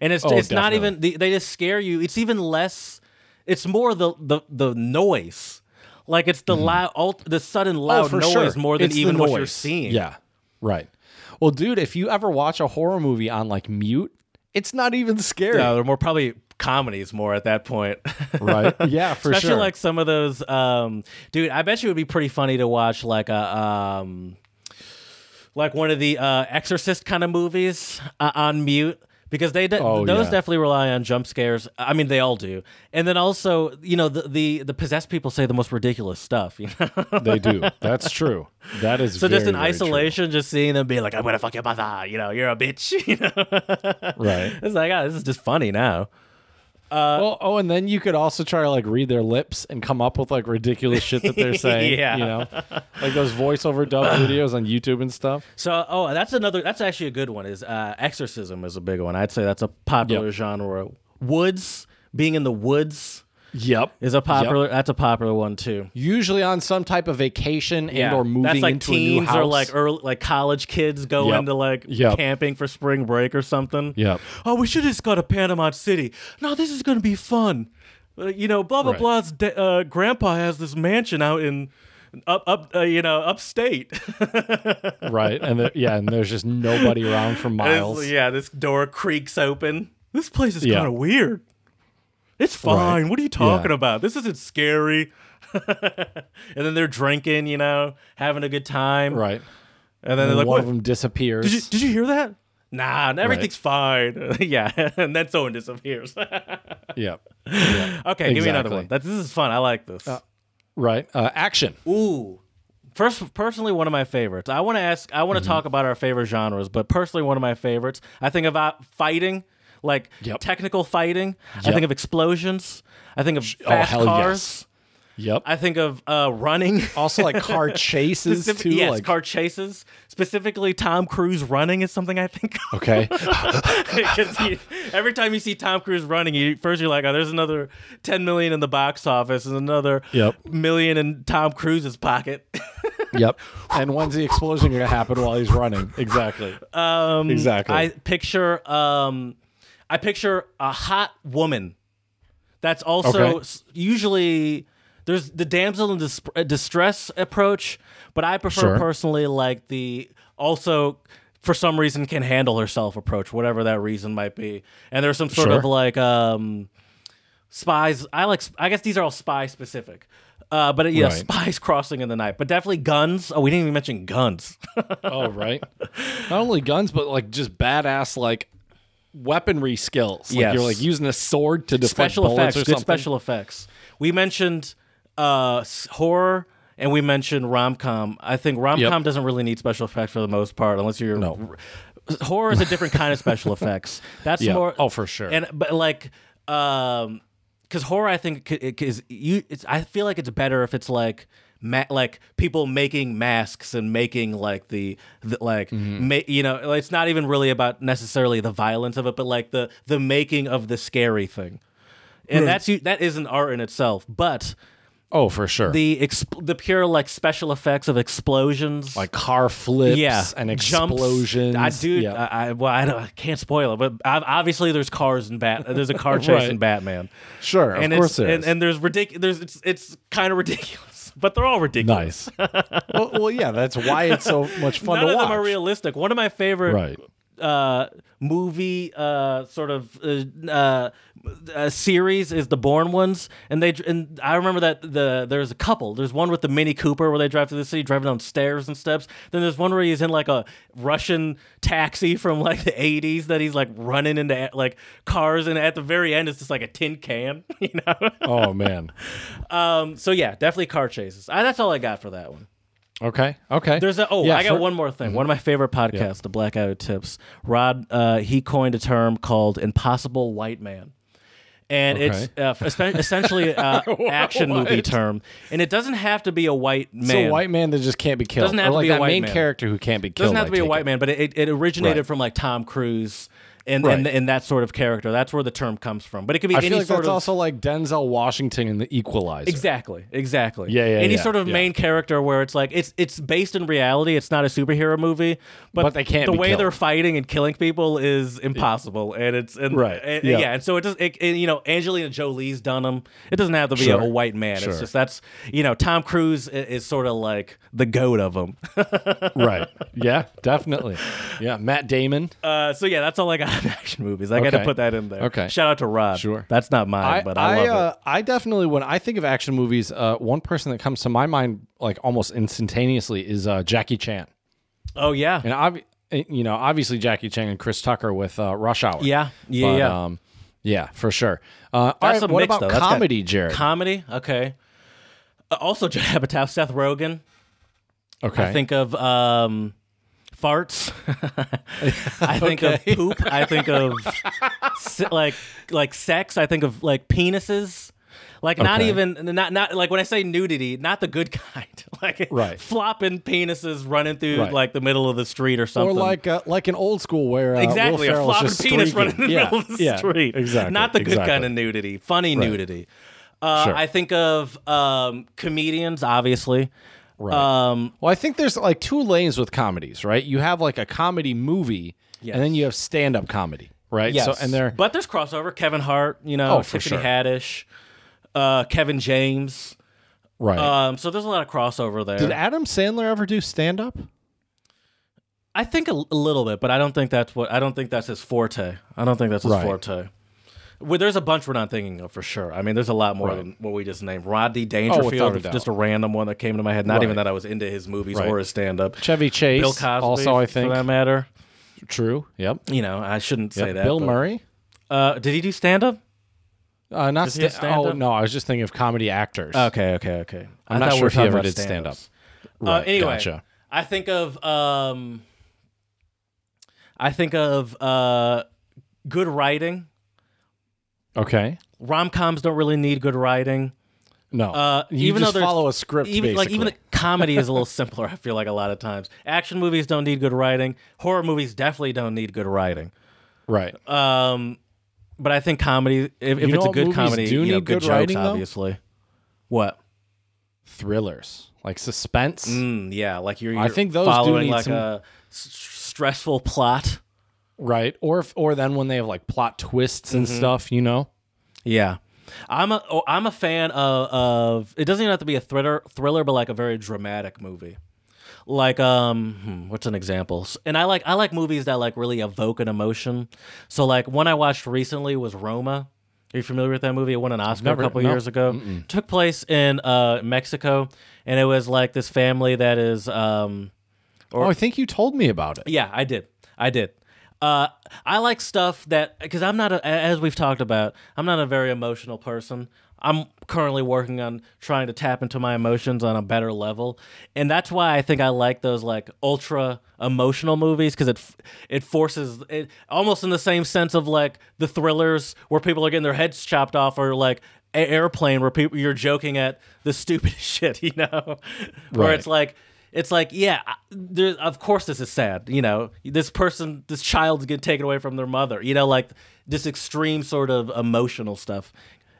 and it's Oh, it's not definitely. even they, they just scare you. It's even less. It's more the the the noise. Like it's the loud, alt, the sudden Oh, loud for noise sure. more than It's the even what you're noise. seeing. Yeah. Right. Well, dude, if you ever watch a horror movie on like mute, it's not even scary. No, they're more probably comedies more at that point. Right. Yeah, for Especially sure. like some of those um dude, I bet you it would be pretty funny to watch like a um like one of the uh exorcist kind of movies uh, on mute because they de- Oh, those yeah. definitely rely on jump scares. I mean, they all do. And then also, you know, the the, the possessed people say the most ridiculous stuff, you know. they do. That's true. That is So just very, very in true. isolation, just seeing them be like, "I'm gonna fuck your mother," you know, "You're a bitch," you know. Right. It's like, oh, this is just funny now. well, oh, and then you could also try to like read their lips and come up with like ridiculous shit that they're saying. Yeah. You know, like those voiceover dub videos on YouTube and stuff. So, oh, that's another. That's actually a good one. Is uh, exorcism is a big one. I'd say that's a popular Yep. genre. Woods, being in the woods, Yep. is a popular. That's a popular one too. Usually on some type of vacation and or moving that's like into teens a new house. or like early, like college kids going Yep. to like Yep. camping for spring break or something. Yep. Oh, we should just go to Panama City. No, this is gonna be fun. Uh, you know, blah blah Right. blah's de- uh, grandpa has this mansion out in up up uh, you know upstate. right, and the, yeah, and there's just nobody around for This- miles. yeah, this door creaks open. This place is Yeah. kind of weird. It's fine. What are you talking about? This isn't scary. and then they're drinking, you know, having a good time. Right. And then they're like, one what? of them disappears. Did, you, did you hear that? Nah, and everything's fine. yeah. and then someone disappears. okay, yeah. give me another Exactly. one. That, this is fun. I like this. Right. Uh, action. Ooh. First, personally, one of my favorites. I want to ask. I want to Mm-hmm. talk about our favorite genres, but personally, one of my favorites. I think about fighting, like Yep. technical fighting. I Yep. think of explosions. I think of oh, fast hell cars. Yep. I think of uh, running. also like car chases Specific- too. yes, like car chases. Specifically, Tom Cruise running is something I think. of. okay. 'Cause he- every time you see Tom Cruise running, you first you're like, "Oh, there's another 10 million in the box office, and another Yep. million in Tom Cruise's pocket." yep. And when's the explosion going to happen while he's running? Exactly. Um, Exactly. I picture um, I picture a hot woman. That's also Okay. s usually there's the damsel in dis- uh, distress approach, but I prefer Sure. personally like the also for some reason can handle herself approach, whatever that reason might be. And there's some sort Sure. of like um, spies. I like. I guess these are all spy specific. Uh, but yeah, Right. spies crossing in the night. But definitely guns. Oh, we didn't even mention guns. oh, right. Not only guns, but like just badass like weaponry skills. Like Yes. you're like using a sword to deflect special bullets effects, or good something. special effects. We mentioned uh, s- horror and we mentioned rom com. I think rom com Yep. doesn't really need special effects for the most part, unless you're No. Horror is a different kind of special effects. That's Yeah. more Oh, for sure. And but like, um, because horror, I think c- it c- is you. It's I feel like it's better if it's like. Ma- like people making masks and making like the, the like Mm-hmm. ma- you know it's not even really about necessarily the violence of it but like the the making of the scary thing Hmm. and that's you that is an art in itself but oh, for sure. the exp- the pure like special effects of explosions like car flips yeah and jumps. Ah, uh, explosions. i do Yeah. I, I well I, don't, I can't spoil it but ob- obviously there's cars in bat there's a car chase Right. in batman sure. and of course it's there and, is. and there's ridiculous there's it's it's kind of ridiculous but they're all ridiculous. Nice. well, well, yeah, that's why it's so much fun None to of watch. them are realistic. One of my favorite Right. uh, movie uh, sort of uh, uh, uh, series is the Born ones, and they and I remember that the there's a couple. There's one with the Mini Cooper where they drive through the city, driving down stairs and steps. Then there's one where he's in like a Russian taxi from like the 80s that he's like running into like cars, and at the very end it's just like a tin can, you know. Oh man. Um, so yeah, definitely car chases. I, that's all I got for that one. Okay. Okay. There's a oh, Yeah, I got for- Mm-hmm. one more thing. One of my favorite podcasts, the Blackout Tips. Rod, uh, he coined a term called "impossible white man." And it's Okay. uh, espe- essentially an action movie What? term, and it doesn't have to be a white man. It's a white man that just can't be killed. Doesn't have or to like be a that white main man. character who can't be It killed. doesn't have I to be a take white it. man, but it, it originated Right. from like Tom Cruise and, and Right. and that sort of character. That's where the term comes from. But it could be I any feel like sort that's of also like Denzel Washington in The Equalizer. Exactly. Exactly. Yeah, yeah, Any yeah, sort of yeah. main character where it's like it's it's based in reality. It's not a superhero movie, but, But they can't The be way killed. they're fighting and killing people is impossible, and it's and, Right, and- yeah. yeah. And so it does. It, and, you know, Angelina Jolie's done them. It doesn't have to be Sure, a, white man. sure. It's just that's you know Tom Cruise is, is sort of like the goat of them. right. Yeah. Definitely. Yeah. Matt Damon. uh, so yeah, that's all I got on action movies. I got to Okay. put that in there. Okay. Shout out to Rod. Sure. That's not mine, but I, love it. uh, I definitely when I think of action movies, uh, one person that comes to my mind like almost instantaneously is uh, Jackie Chan, Oh yeah. and obvi- you know obviously Jackie Chan and Chris Tucker with uh, Rush Hour. Yeah. Yeah. But, yeah. Um, yeah, for sure. Uh, all right, That's a what mix, about though. That's got- comedy, Jared? Comedy, okay. Uh, also, Judd Apatow, Seth Rogen. okay. I think of um, farts. I think of poop. I think of se- like like sex. I think of like penises. Like not Okay. even not not like when I say nudity, not the good kind. Like Right. flopping penises running through Right. like the middle of the street or or something. like uh, like an old school where uh, Exactly, Will a Ferrell's flopping just penis streaking. running in the yeah, middle of the yeah, street. Exactly, Not the good exactly. kind of nudity, funny nudity. Uh, Sure. I think of um, comedians, obviously. Right. Um, Well, I think there's like two lanes with comedies, right? You have like a comedy movie, Yes. and then you have stand-up comedy, right? yes. So and they're but there's crossover. Kevin Hart, you know, Oh, for Tiffany sure. Haddish, uh, Kevin James. right. Um, so there's a lot of crossover there. Did Adam Sandler ever do stand-up? I think a, a little bit, but I don't think that's what I don't think that's his forte. I don't think that's his Right. forte. Well, there's a bunch we're not thinking of for sure. I mean, there's a lot more than what we just named. Rodney Dangerfield, Oh, without a doubt. just a random one that came to my head. Not even Right. that I was into his movies Right. or his stand up. Chevy Chase, Bill Cosby, also I think for that matter. true. Yep. You know, I shouldn't say that. Bill but- Murray. Uh, did he do stand up? Uh, not he have sta- oh stand-up? no, I was just thinking of comedy actors. Okay, okay, okay. I'm not thought we sure were if he talking ever about did stand-ups. stand-up. Uh, anyway, gotcha. I think of um, I think of uh, good writing. Okay. Rom coms don't really need good writing. No. Uh, You even just though there's- follow a script, even like even the basically. comedy is a little simpler. I feel like a lot of times action movies don't need good writing. Horror movies definitely don't need good writing. right. Um, but I think comedy, if, if You know it's a what good movies comedy, do you know, need good, good jokes, writing, though? obviously. What? Thrillers, like suspense. Mm, yeah, like you're. I you're think those do following need like some- a s- stressful plot. Right. Or if, or then when they have like plot twists Mm-hmm. and stuff, you know. Yeah. I'm a oh, I'm a fan of, of it doesn't even have to be a thriller thriller but like a very dramatic movie. Like um hmm, what's an example? S- And I like I like movies that like really evoke an emotion. So like one I watched recently was Roma. Are you familiar with that movie? It won an Oscar never- a couple no. years ago. Took place in uh Mexico and it was like this family that is um oh, I think you told me about it. yeah, I did. I did. Uh, I like stuff that because I'm not a, as we've talked about. I'm not a very emotional person. I'm currently working on trying to tap into my emotions on a better level, and that's why I think I like those like ultra emotional movies because it f- it forces it almost in the same sense of like the thrillers where people are getting their heads chopped off or like a- airplane where people you're joking at the stupid shit, you know, where Right. it's like it's like yeah I- there, of course this is sad you know this person this child's getting taken away from their mother you know like this extreme sort of emotional stuff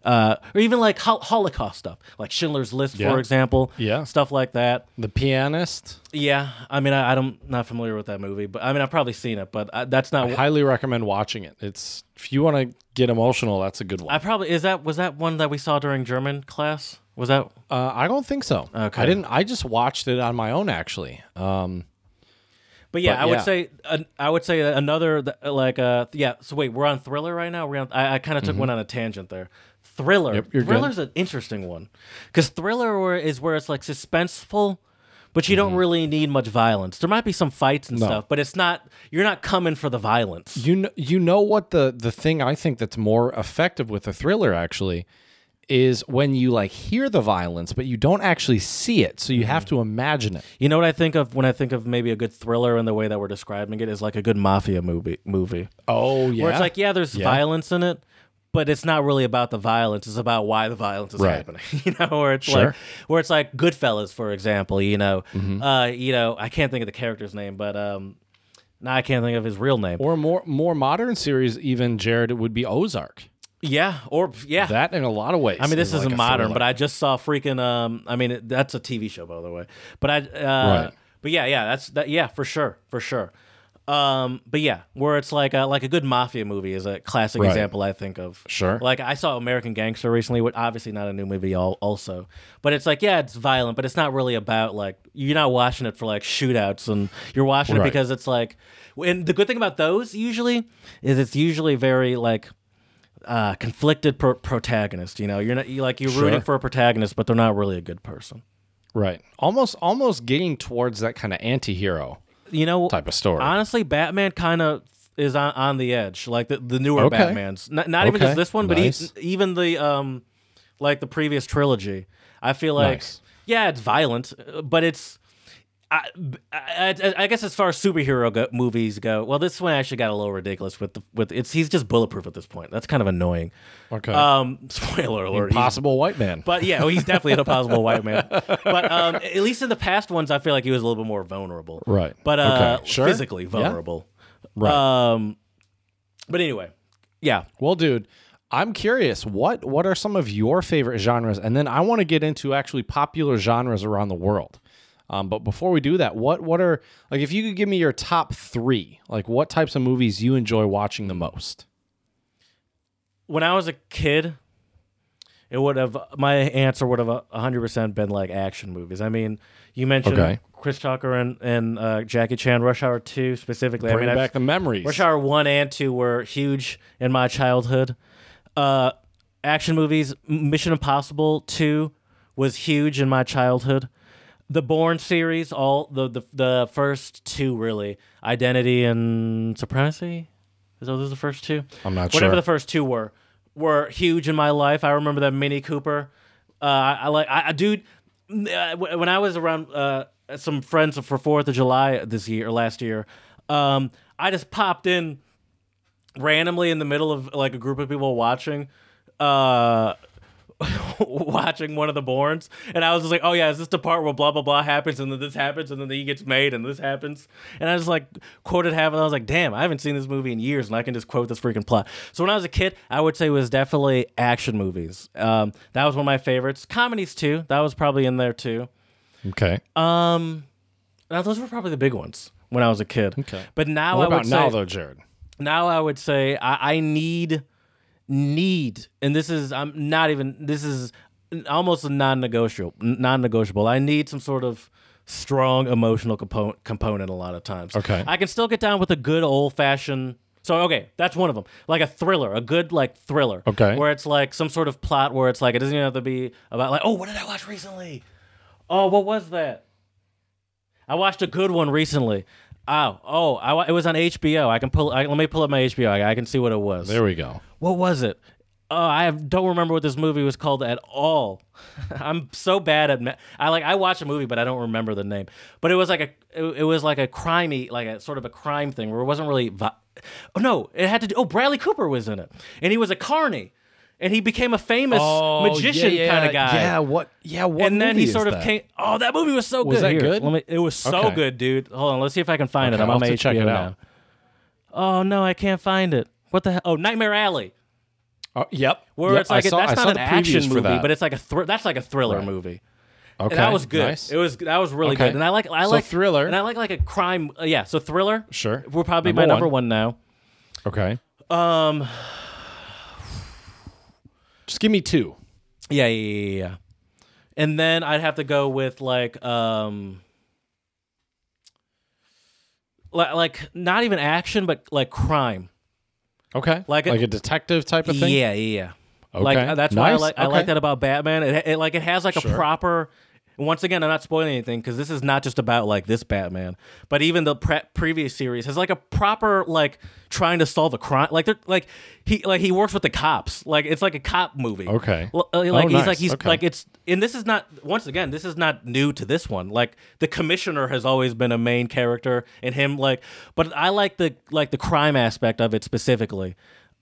uh, or even like hol- Holocaust stuff, like Schindler's List, Yeah. for example. Yeah. stuff like that. The pianist. Yeah, I mean, I, I'm not familiar with that movie, but I mean, I've probably seen it, but I, that's not. I highly recommend watching it. It's if you want to get emotional, that's a good I one. probably is that was that one that we saw during German class. Was that Uh, I don't think so. Okay. I didn't. I just watched it on my own actually. Um, But yeah, But I yeah. would say an I would say another th- like uh th- yeah. So wait, we're on Thriller right now. We're on. I, I kind of took one on a tangent there. Thriller. Mm-hmm. you're good. Thriller's an interesting one because Thriller where- is where it's like suspenseful, but you Mm-hmm. don't really need much violence. There might be some fights and stuff, but it's not. You're not coming for the violence. you know, you know what the the thing I think that's more effective with a thriller actually is when you like hear the violence, but you don't actually see it, so you have Mm-hmm. to imagine it. You know what I think of when I think of maybe a good thriller and the way that we're describing it is like a good mafia movie. Movie. Oh yeah. Where it's like, yeah, there's violence in it, but it's not really about the violence. It's about why the violence is Right. happening. You know, where it's Sure. Mm-hmm. like, where it's like Goodfellas, for example. You know, uh, you know, I can't think of the character's name, but um, now I can't think of his real name. or more more modern series even Jared it would be Ozark. yeah, or yeah. That in a lot of ways. I mean, this isn't modern, but I just saw freaking. Um, I mean, it, that's a TV show, by the way. But I, uh, Right. but yeah, yeah, that's that. Yeah, for sure, for sure. Um, but yeah, where it's like a, like a good mafia movie is a classic Right. example I think of. Sure. Like I saw American Gangster recently, which obviously not a new movie al- also, but it's like yeah, it's violent, but it's not really about like you're not watching it for like shootouts and you're watching Right. it because it's like, and the good thing about those usually is it's usually very like uh, conflicted pro- protagonist. You know, you're not you like you're Sure. rooting for a protagonist, but they're not really a good person. right. Almost almost getting towards that kind of anti-hero You know, type of story. honestly, Batman kind of is on, on the edge. Like the, the newer Okay. Batmans, not, not even Okay. just this one, but e- Nice. even the um, like the previous trilogy. I feel like Nice. yeah, it's violent, but it's. I, I, I- I guess as far as superhero go, movies go, well, this one actually got a little ridiculous with the, with it's he's just bulletproof at this point. That's kind of annoying. okay. Um, spoiler alert, he's Possible white man. But yeah, well, he's definitely an impossible white man. But um, at least in the past ones, I feel like he was a little bit more vulnerable. Right. But uh, Okay. Sure. physically Yeah. vulnerable. Right. Um, but anyway, yeah. Well, dude, I'm curious what what are some of your favorite genres, and then I want to get into actually popular genres around the world. Um, but before we do that, what what are like if you could give me your top three, like what types of movies you enjoy watching the most? When I was a kid, it would have my answer would have a hundred percent been like action movies. I mean, you mentioned Okay. Chris Tucker and and uh, Jackie Chan, Rush Hour Two specifically. I Bring mean, I've- back the memories. Rush Hour One and Two were huge in my childhood. Uh, action movies, M- Mission Impossible Two was huge in my childhood. The Bourne series, all the the, the first two really, Identity and Supremacy. Is those the first two? I'm not Whatever sure. the first two were, were huge in my life. I remember that Mini Cooper. Uh, I, I like, I, I dude. uh, wh- When I was around uh, some friends for Fourth of July this year, last year, um, I just popped in randomly in the middle of like a group of people watching uh watching one of the Bournes and I was just like, Oh yeah, is this the part where blah blah blah happens and then this happens and then he gets made and this happens? And I just like quoted half and I was like, damn, I haven't seen this movie in years and I can just quote this freaking plot. So when I was a kid, I would say it was definitely action movies. Um that was one of my favorites. Comedies too. That was probably in there too. Okay. Um now those were probably the big ones when I was a kid. Okay. But now what I about would now say, though, Jared? now I would say I, I need need and this is I'm not even this is almost a non-negotiable non-negotiable I need some sort of strong emotional component component a lot of times Okay. I can still get down with a good old-fashioned so okay that's one of them like a thriller a good like thriller Okay. where it's like some sort of plot where it's like it doesn't even have to be about like oh what did I watch recently oh what was that I watched a good one recently. Oh, oh, I, wa- it was on HBO. I can pull. I, let me pull up my HBO. I, I can see what it was. There we go. What was it? Oh, I have, don't remember what this movie was called at all. I'm so bad at. Me- I like. I watch a movie, but I don't remember the name. But it was like a. It, it was like a crimey, like a sort of a crime thing where it wasn't really. Vi- oh no! It had to. Do, oh, Bradley Cooper was in it, and he was a carny, and he became a famous magician kind of guy Oh, Yeah. What? Yeah. What? and then he sort of that? came. Oh, that movie was so Was good. that good? Let me, it was so Okay. good, dude. Hold on, let's see if I can find Okay, it. I'm I'll on have my to HBO check it now. out. Oh no, I can't find it. What the hell? Oh, Nightmare Alley. Uh, yep. Where Yep, it's like I a- saw- I that's saw not an the action previews for movie, that. but it's like a thr- that's like a thriller movie. okay, And that was good. nice. It was that was really Okay. good. And I like I So like thriller. And I like like a crime. Uh, yeah, so thriller. Sure. We're probably my Number number one now. okay. Um. Just give me two. Yeah, yeah, yeah, yeah, yeah. And then I'd have to go with like um like, like not even action but like crime. Okay. Like a- a, detective type of Yeah, thing. yeah, yeah. Okay. Like uh, that's why I Nice. like I like Okay. that about Batman. It, it like it has like a proper once again, I'm not spoiling anything because this is not just about like this Batman, but even the pre- previous series has like a proper like trying to solve a crime. Like they're like he like he works with the cops. Like it's like a cop movie. Okay. L- uh, Oh, like he's nice. like he's Okay. like it's and this is not once again this is not new to this one. Like the commissioner has always been a main character and him like, but I like the like the crime aspect of it specifically.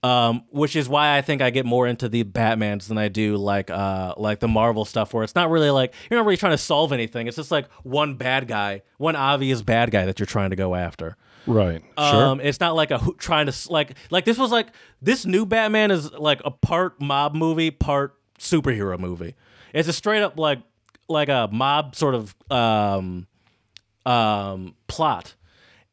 Um, which is why I think I get more into the Batmans than I do like uh like the Marvel stuff where it's not really like you're not really trying to solve anything. It's just like one bad guy, one obvious bad guy that you're trying to go after. Right. Um, it's not like a who, trying to s- like like this was like this new Batman is like a part mob movie, part superhero movie. It's a straight up like like a mob sort of um um plot.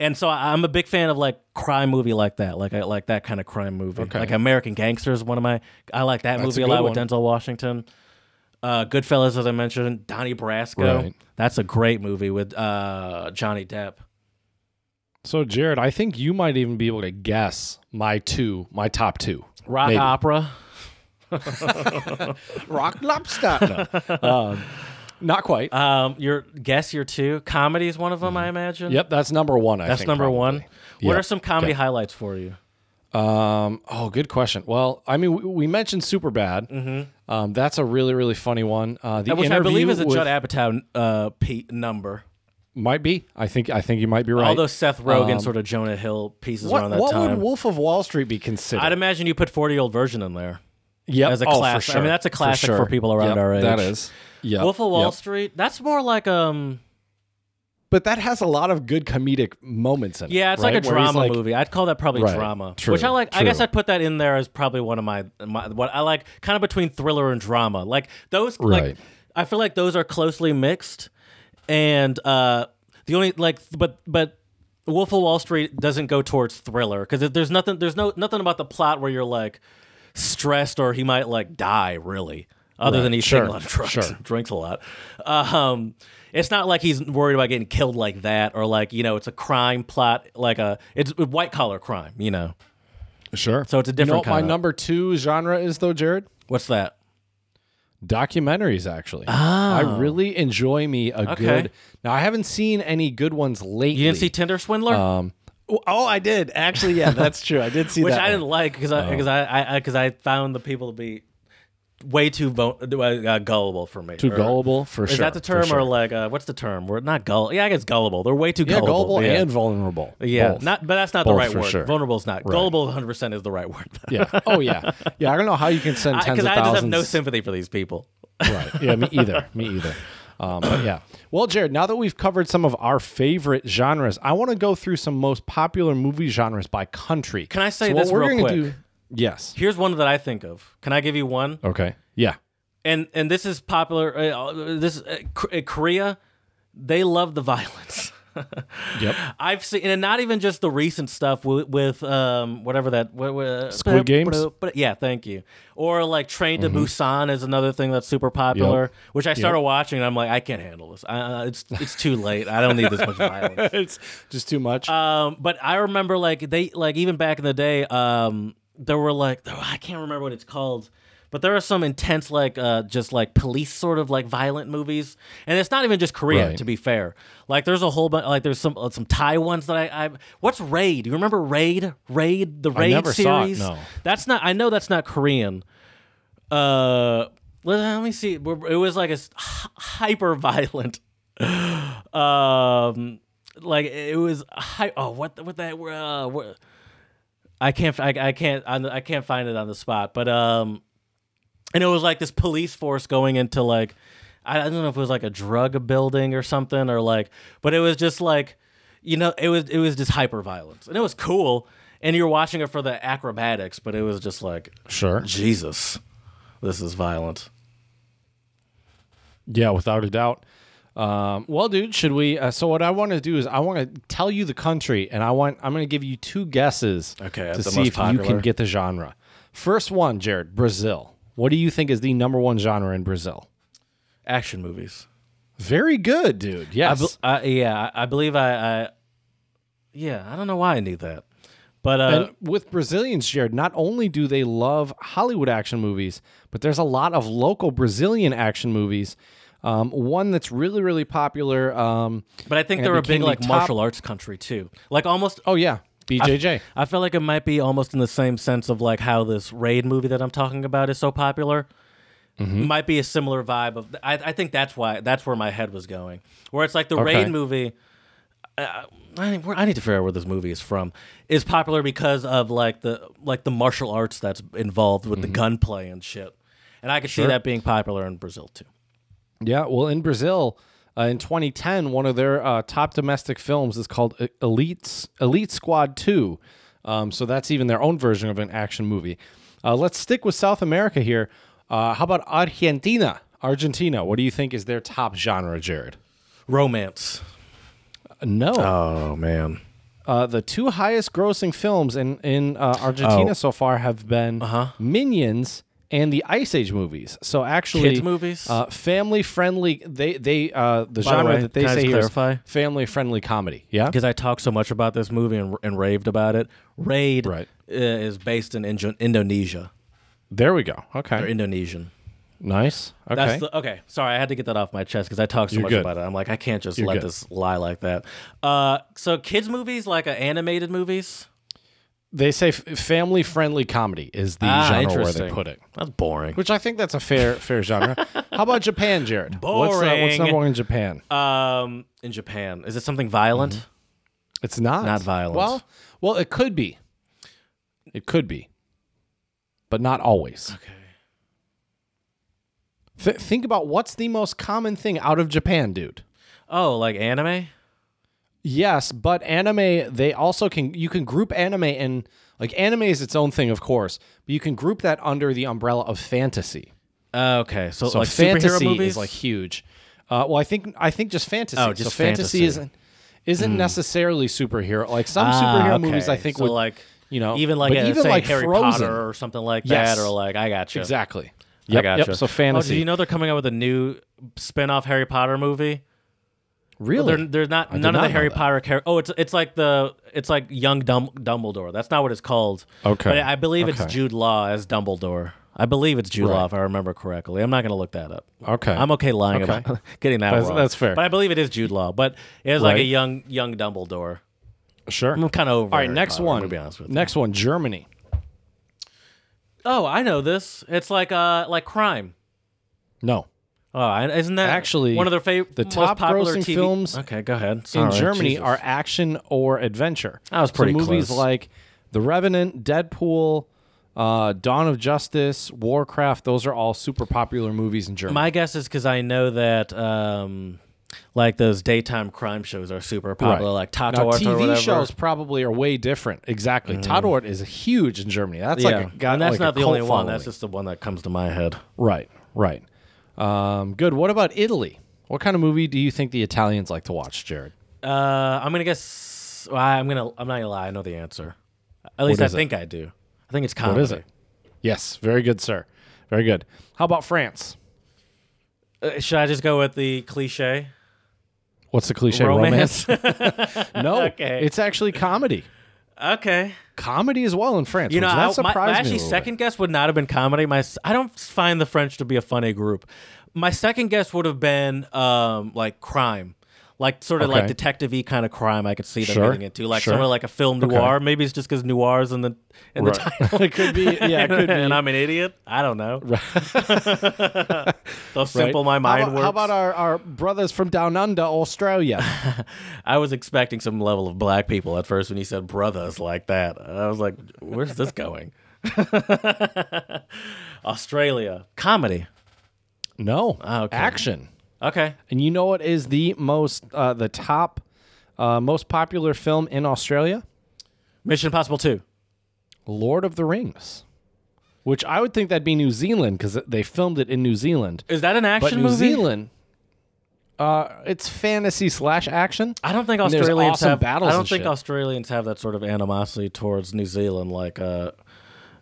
And so I- I'm a big fan of like crime movie like that, like I like that kind of crime movie. Like American Gangster is one of my I like that movie a a, lot good with Denzel Washington. Uh, Goodfellas, as I mentioned, Donnie Brasco. Right. That's a great movie with uh, Johnny Depp. so Jared, I think you might even be able to guess my two, my top two. Rock Maybe. opera. Rock lobster. um, not quite. Um, your guess your two comedy is one of them, I imagine. Mm-hmm. yep, that's number one. I that's think, number probably. one. What Yeah. are some comedy highlights for you? Um, oh, good question. Well, I mean, we, we mentioned Super Bad. Um, that's a really, really funny one. Uh, the Mm-hmm. Which I believe interview is a with- Judd Apatow uh, P- number. might be. I think. I think you might be right. Um, Although Seth Rogen sort of Jonah Hill pieces what around that what would time. Wolf of Wall Street be considered? I'd imagine you put 40 year old version in there. Yep. as a Oh, for classic. I sure. mean, that's a classic for people around Yep, our age. That is. Yeah. Wolf of Wall Street. That's more like um. But that has a lot of good comedic moments in it. Yeah, it's like right? a Where he's drama like- movie. I'd call that probably Right. drama. True. Which I like. I guess True. I'd put that in there as probably one of my, my what I like, kind of between thriller and drama. Like those. Right. Like I feel like those are closely mixed, and uh the only like, but but. Wolf of Wall Street doesn't go towards thriller because there's nothing, there's no nothing about the plot where you're like stressed or he might like die really, other than he's Sure. taking a lot of drugs, Sure. drinks a lot. Um, it's not like he's worried about getting killed like that or like you know it's a crime plot like a it's a white collar crime you know. Sure. So it's a different You know what my kinda- number two genre is though, Jared? What's that? Documentaries, actually. I Oh. really enjoy me a good. Now I haven't seen any good ones lately. You didn't see Tinder Swindler? Um, oh, I did actually. Yeah, that's true. I did see which that. I one. Oh. didn't like because I because I because I, 'cause I found the people to be way too vo- uh, gullible for me. Too gullible for Is sure. that the for term sure. or like uh, what's the term? We're not gullible. Yeah, I guess gullible. They're way too yeah, gullible. gullible yeah. and vulnerable. yeah, Both. not but that's not the Both right for word. sure. Vulnerable is not gullible. 100 percent is the right word. yeah. Oh yeah. Yeah. I don't know how you can send tens Because of I, just have thousands. no sympathy for these people. Right. Yeah, me either. Me either. Um, but yeah. Well, Jared, now that we've covered some of our favorite genres, I want to go through some most popular movie genres by country. Can I say what this we're real gonna quick? Yes. Here's one that I think of. Can I give you one? Okay. Yeah. And and this is popular. Uh, this uh, K- uh, Korea, they love the violence. Yep. I've seen, and not even just the recent stuff with, with um, whatever that what, what, Squid Games? Mm-hmm. But yeah, thank you. Or like Train to Busan is another thing that's super popular, Yep. which I started watching, and I'm like, I can't handle this. I, uh, it's it's too late. I don't need this much violence. it's just too much. Um, but I remember like they like even back in the day, um, there were like oh, I can't remember what it's called, but there are some intense like uh, just like police sort of like violent movies, and it's not even just Korea Right. to be fair. Like there's a whole bunch like there's some uh, some Thai ones that I, I what's Raid? You remember Raid? Raid the Raid never saw it, series? no. That's not I know that's not Korean. Uh, let, let me see. It was like a s- hy- hyper violent um like it was hi- oh what the- what that uh, what, I can't I, I can't on the- I can't find it on the spot but um and it was like this police force going into like I I don't know if it was like a drug building or something or like but it was just like you know it was it was just hyper violence and it was cool and you're watching it for the acrobatics, but it was just like Sure. Jesus, this is violent. Yeah, without a doubt. Um, well, dude, should we? Uh, so what I want to do is I want to tell you the country, and I want I'm going to give you two guesses. Okay, to the see most if you can popular. get the genre. First one, Jared, Brazil. What do you think is the number one genre in Brazil? Action movies. Very good, dude. I Yes, bel I, yeah, I I believe I, I. Yeah, I don't know why I need that, but uh, And with Brazilians, Jared, not only do they love Hollywood action movies, but there's a lot of local Brazilian action movies. Um, one that's really, really popular. Um, but I think and it they're a became big the like top- martial arts country too. Like almost, Oh yeah, BJJ. I feel like it might be almost in the same sense of like how this raid movie that I'm talking about is so popular. Might be a similar vibe of. I, I think that's why that's where my head was going. Where it's like the Okay. raid movie. Uh, I, think- where- I need to figure out where this movie is from. Is popular because of like the like the martial arts that's involved with the gunplay and shit. And I could see that being popular in Brazil too. Yeah, well, in Brazil, uh, in 2010, one of their uh, top domestic films is called E- Elites Elite Squad Two. Um, so that's even their own version of an action movie. Uh, let's stick with South America here. Uh, how about Argentina? Argentina. What do you think is their top genre, Jared? Romance. Uh, No. Oh man. Uh, the two highest grossing films in in uh, Oh. Argentina so far have been Uh-huh. Minions and the Ice Age movies. So actually, Kids movies? uh, family friendly. They they uh, the the genre way, that they can I say just here is clarify? family friendly comedy. Yeah. because I talked so much about this movie and, and raved about it. Raid Right. i- is based in Injo- Indonesia There we go. or Okay. Indonesian. Nice. Okay. That's the, okay. Sorry, I had to get that off my chest because I talked so much good. about it. I'm like, I can't just let good. this lie like that. Uh, so kids movies, like uh, animated movies. they say f- family friendly comedy is the Ah, genre where they interesting. put it. That's boring. Which I think that's a fair fair genre. How about Japan, Jared? What's, uh, what's Boring. number one in Japan? Um, in Japan, is it something violent? Mm-hmm. It's not Not violent. Well, well, it could be. It could be, but not always. Okay. Th- think about what's the most common thing out of Japan, dude. Oh, like anime. Yes, but anime they also can you can group anime and like anime is its own thing, of course, but you can group that under the umbrella of fantasy. Uh, okay, so, So like superhero fantasy movies, is like huge. Uh, well, I think I think just fantasy. Oh, just so fantasy, Hmm. fantasy. isn't isn't necessily superhero. Like some Ah, superhero okay. movies, I think so would like you know even like but a, even say like Harry Frozen. Potter or something like Yes. that, or like I got you. Exactly. I got So fantasy. Oh, did you know they're coming out with a new spin-off Harry Potter movie? really? They're they're not did none of not the know Harry that. Potter character. Oh, it's it's like the it's like young Dum- Dumbledore. That's not what it's called. Okay. But I believe Okay. it's Jude Law as Dumbledore. I believe it's Jude Right. Law if I remember correctly. I'm not going to look that up. Okay. I'm okay lying Okay. about getting that That's- wrong. that's fair. But I believe it is Jude Law, but it was like a Right. young young Dumbledore. sure. I'm kind of over. All right, next one. To be honest with you. next one, Germany. Oh, I know this. It's like uh like crime. No. Oh, I- isn't that Actually, one of their favorite, the most top popular grossing TV? films Okay, go ahead. In Sorry, Germany Jesus. are action or adventure. That was pretty so movies close. like The Revenant, Deadpool, uh, Dawn of Justice, Warcraft, those are all super popular movies in Germany. My guess is because I know that um, like those daytime crime shows are super popular, like Tato now, Art or whatever. TV shows probably are way different. Exactly. Tadort is huge in Germany. That's yeah, like a, got and that's like a not the cult only one. following. That's just the one that comes to my head. Right, right. Um, good. What about Italy? What kind of movie do you think the Italians like to watch, Jared? Uh, I'm gonna guess. well, I- I'm gonna. I'm not gonna lie. I know the answer. At least I is it? think I do. I think it's comedy. What is it? Yes, very good, sir. Very good. How about France? Uh, should I just go with the cliche? What's the cliche? Romance. no, Okay. it's actually comedy. okay. Comedy as well in France. You know, which I, that my, surprised my me. a actually little bit. second guess would not have been comedy. My s- I don't find the French to be a funny group. My second guess would have been um, like crime, like sort of like Okay. detective y kind of crime. I could see them Sure. getting into like Sure. sort of like a film noir. Maybe it's just because noirs in the in the Right. title. it could be. Yeah, it could be. and I'm an idiot. I don't know. so simple my mind how about, works. How about our, our brothers from down under, Australia? I was expecting some level of black people at first when you said brothers like that. I was like, where's this going? Australia comedy. no, Ah, okay. action. Okay. And you know what is the most, uh, the top, uh, most popular film in Australia? Mission Impossible 2. Lord of the Rings, which I would think that'd be New Zealand because they filmed it in New Zealand. Is that an action But New movie? Zealand, uh, it's fantasy slash action. I don't think And there's Australians awesome have. battles I don't and think shit. Australians have that sort of animosity towards New Zealand, like uh,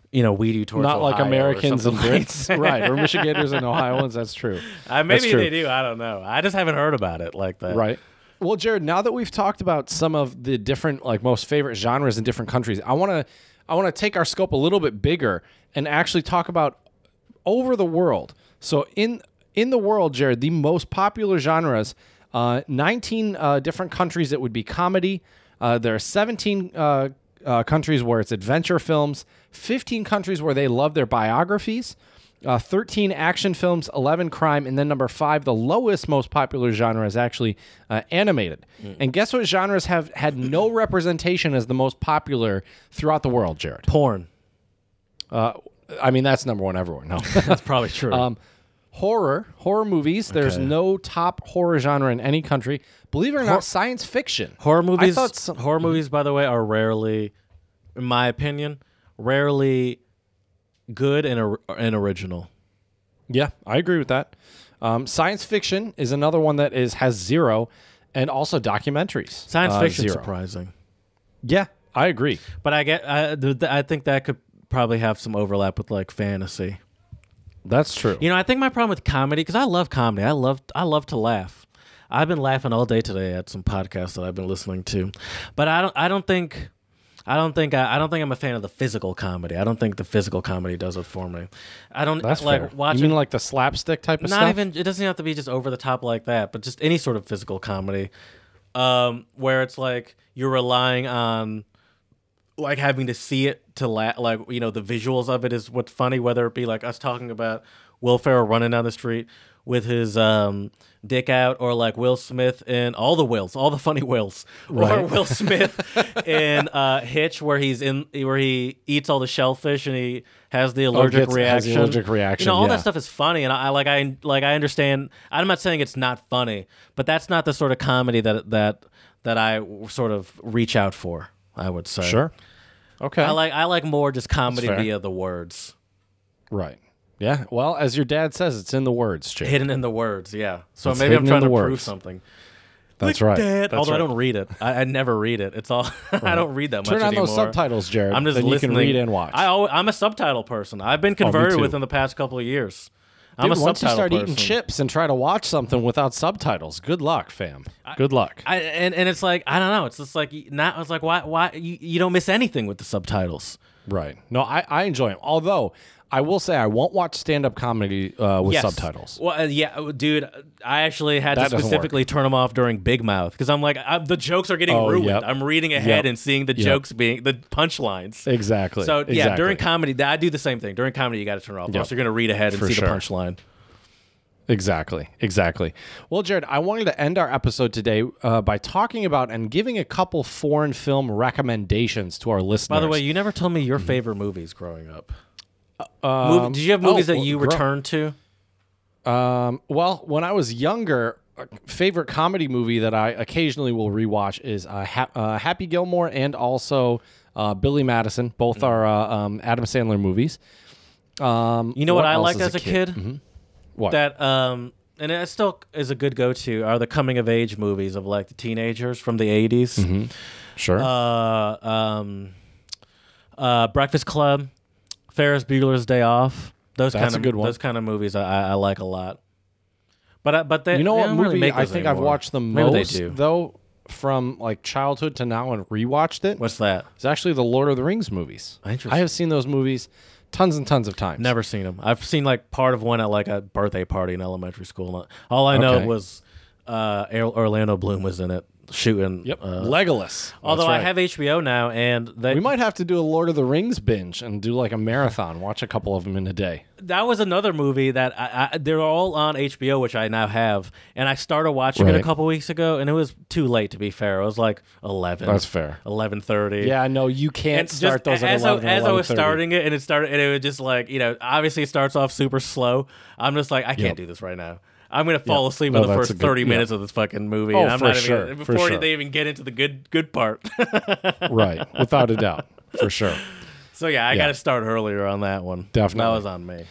you know, we do towards Not like Ohio or Americans and something like Brits, right? Or Michiganders and Ohioans. That's true. Uh, That's maybe true. they do. I don't know. I just haven't heard about it like that. Right. Well, Jared, now that we've talked about some of the different like most favorite genres in different countries, I want to I want to take our scope a little bit bigger and actually talk about over the world. So in in the world, Jared, the most popular genres, uh, 19 uh, different countries that would be comedy. Uh, there are 17 uh, uh, countries where it's adventure films, 15 countries where they love their biographies, uh, 13 action films, 11 crime, and then number five, the lowest most popular genre is actually uh, animated. And guess what genres have had no representation as the most popular throughout the world, Jared? Porn. I mean, that's number one everywhere. No. That's probably true. Um, horror, horror movies. There's Okay. no top horror genre in any country. Believe it or not, science fiction. horror movies. thought some- horror movies, by the way, are rarely, in my opinion, rarely good and, or- and original. Yeah, I agree with that. Um, science fiction is another one that is has zero, and also documentaries. Science uh, fiction, zero. surprising. Yeah, I agree. But I get. I, th- th- I think that could probably have some overlap with like fantasy. That's true. You know, I think my problem with comedy because I love comedy. I love I love to laugh. I've been laughing all day today at some podcasts that I've been listening to, but I don't I don't think I don't think I, I don't think I'm a fan of the physical comedy. I don't think the physical comedy does it for me. I don't That's like fair. watching. you mean like the slapstick type of not stuff? even it doesn't have to be just over the top like that, but just any sort of physical comedy, um, where it's like you're relying on like having to see it to la- like you know the visuals of it is what's funny whether it be like us talking about Will Ferrell running down the street with his um, dick out or like Will Smith and all the Wills all the funny Wills or Will Smith in uh, Hitch where he's in where he eats all the shellfish and he has the allergic gets- Oh, has the reaction allergic you reaction, know all yeah. that stuff is funny and I, I like I like I understand I'm not saying it's not funny but that's not the sort of comedy that that that I w- sort of reach out for I would say sure. Okay. I like I like more just comedy fair. via the words. right. Yeah. Well, as your dad says, it's in the words, Jake. Hidden in the words, yeah. So It's maybe I'm hidden in trying the to prove words. something. That's Like right. that. That's Although I right. don't read it. I, I never read it. It's all I don't read that much turn on anymore. those subtitles, Jared. I'm just then listening. You can read and watch. Oh, I always, I'm a subtitle person. I've been converted too. within the past couple of years. I'm Dude, a once you subtitle start eating person. chips and try to watch something without subtitles, good luck, fam. Good luck. I, and and it's like I don't know. It's just like not. It's like why why you, you don't miss anything with the subtitles. right. No, I, I enjoy them. Although I will say I won't watch stand up comedy uh, with Yes. subtitles. Well, uh, yeah, uh, dude, I actually had That to doesn't specifically turn them off during Big Mouth because I'm like, I, the jokes are getting Oh, ruined. yep. I'm reading Yep. ahead and seeing the Yep. jokes being the punchlines. Exactly. So yeah, exactly. during comedy, th- I do the same thing. During comedy, you got to turn it off. or else you're gonna read ahead and see sure. the punchline. Exactly, exactly. Well, Jared, I wanted to end our episode today uh, by talking about and giving a couple foreign film recommendations to our listeners. By the way, you never told me your favorite movies growing up. Mov- did you have oh, movies that well, you grow- returned to? Um, well, when I was younger, a favorite comedy movie that I occasionally will rewatch is uh, ha- uh, Happy Gilmore and also uh, Billy Madison. Both Mm. are uh, um, Adam Sandler movies. Um, You know what, I else liked as Mm-hmm. as a kid? What? That um, and it still is a good go-to are the coming-of-age movies of like the teenagers from the '80s. Mm-hmm. sure. uh, um, uh, Breakfast Club, Ferris Bueller's Day Off. Those That's kind of a good one. those kind of movies I, I, I like a lot. But I, but they you know they what don't movie really make I those think I've anymore. watched the Maybe most They do. though from like childhood to now and rewatched it. What's that? It's actually the Lord of the Rings movies. Interesting. I have seen those movies tons and tons of times. Never seen them. I've seen like part of one at like a birthday party in elementary school. All I know Okay. was uh, Ar- Orlando Bloom was in it shooting. Yep. uh, Legolas. although That's I right. have HBO now, and they, We might have to do a Lord of the Rings binge and do like a marathon, watch a couple of them in a day. that was another movie that I, I they're all on HBO, which I now have, and I started watching it a Right. couple weeks ago, and it was too late to be fair. It was like eleven. That's fair. Eleven thirty. Yeah, no, you can't And start just those at as, 11 I, as I was 11:30. starting it, and it started, and it was just like you know, obviously it starts off super slow. I'm just like, I can't Yep. do this right now. I'm gonna fall asleep No, in the that's first a good- thirty yeah. minutes of this fucking movie. Oh, and I'm for not sure, even, for before sure. they even get into the good good part. right, without a doubt, for sure. So yeah, I got to start earlier on that one. Definitely. that was on me.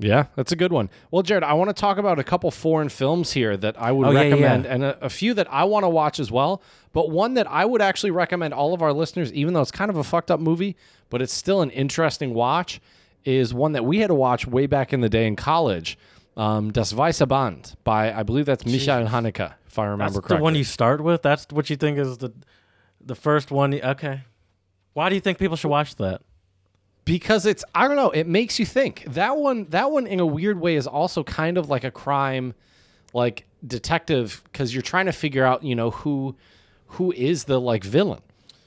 Yeah, that's a good one. Well, Jared, I want to talk about a couple foreign films here that I would Oh, yeah, yeah. recommend, and a, a few that I want to watch as well. But one that I would actually recommend all of our listeners, even though it's kind of a fucked up movie, but it's still an interesting watch, is one that we had to watch way back in the day in college, um, Das Weiße Band by I believe that's Michael Haneke, if I remember That's correctly. the one you start with. That's what you think is the the first one. you- Okay. Why do you think people should watch that? because it's I don't know, it makes you think. That one that one in a weird way is also kind of like a crime like detective cuz you're trying to figure out, you know, who who is the like villain.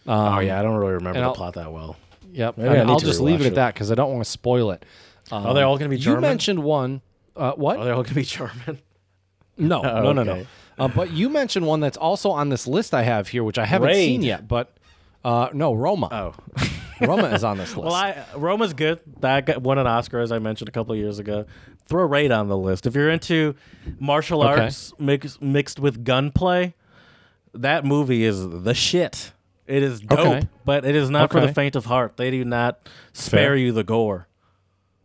oh yeah, I don't really remember Um, I'll- plot that well. Yep. I and need I'll to just leave it rewatch at it. that cuz I don't want to spoil it. Um, Are they all gonna be You German? mentioned one uh, what? Are they all gonna be German? No, no, no, no. okay. Uh, but you mentioned one that's also on this list I have here, which I haven't Raid. seen yet. But uh, no, Roma. Oh. Roma is on this list. Well, I, Roma's good. That got, won an Oscar, as I mentioned a couple of years ago. Throw Raid on the list. If you're into martial Okay. arts mix, mixed with gunplay, that movie is the shit. It is dope, Okay. but it is not for Okay. the faint of heart. They do not spare Fair. you the gore.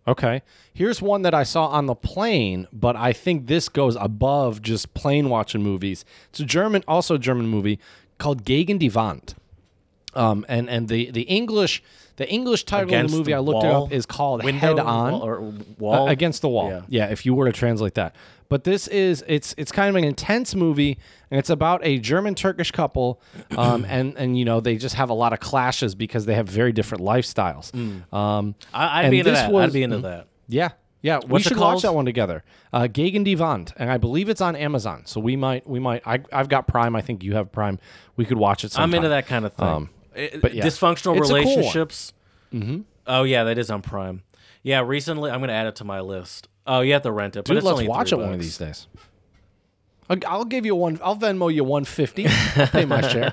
Okay. Here's one that I saw on the plane, but I think this goes above just plane watching movies. It's a German, also a German movie called Gegen die Wand. Um, and and the, the English the English title of Against the movie the I looked it wall, up is called window, Head On wall- or uh, wall against the wall. Yeah. yeah, if you were to translate that. But this is it's it's kind of an intense movie, and it's about a German Turkish couple, um, and and you know they just have a lot of clashes because they have very different lifestyles. Mm. Um, I, I'd and be into this that. was- I'd be into that. yeah. Yeah, we What's it should watch called? that one together. Uh, Gegen die Wand, and I believe it's on Amazon. So we might, we might. I, I've got Prime. I think you have Prime. We could watch it. Sometime. I'm into that kind of thing. It- but yeah. Dysfunctional It's a cool one. Mm-hmm. relationships. Oh yeah, that is on Prime. Yeah, recently I'm gonna add it to my list. Oh, you have to rent it. but Dude, it's let's only watch it three one of bucks. these days. I'll, I'll give you one. I'll Venmo you one fifty. pay my share.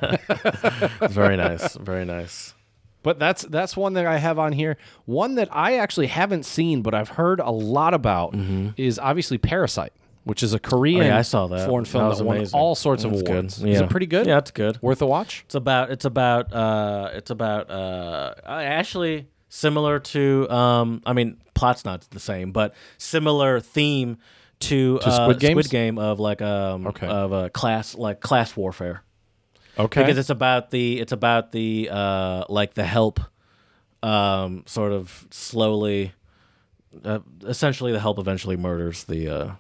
Very nice. Very nice. But that's that's one that I have on here. One that I actually haven't seen, but I've heard a lot about is obviously Parasite, which is a Korean Mm-hmm. Oh, I saw that. foreign film That that, was won amazing. all sorts of That's good. awards. Is Yeah. it pretty good? Yeah, it's good. worth a watch. It's about it's about uh it's about uh uh, actually similar to um I mean plot's not the same but similar theme to, uh, Squid Games? Squid Game of like um Okay. of a class like class warfare Okay, because it's about the it's about the uh like the help um sort of slowly uh, essentially the help eventually murders the uh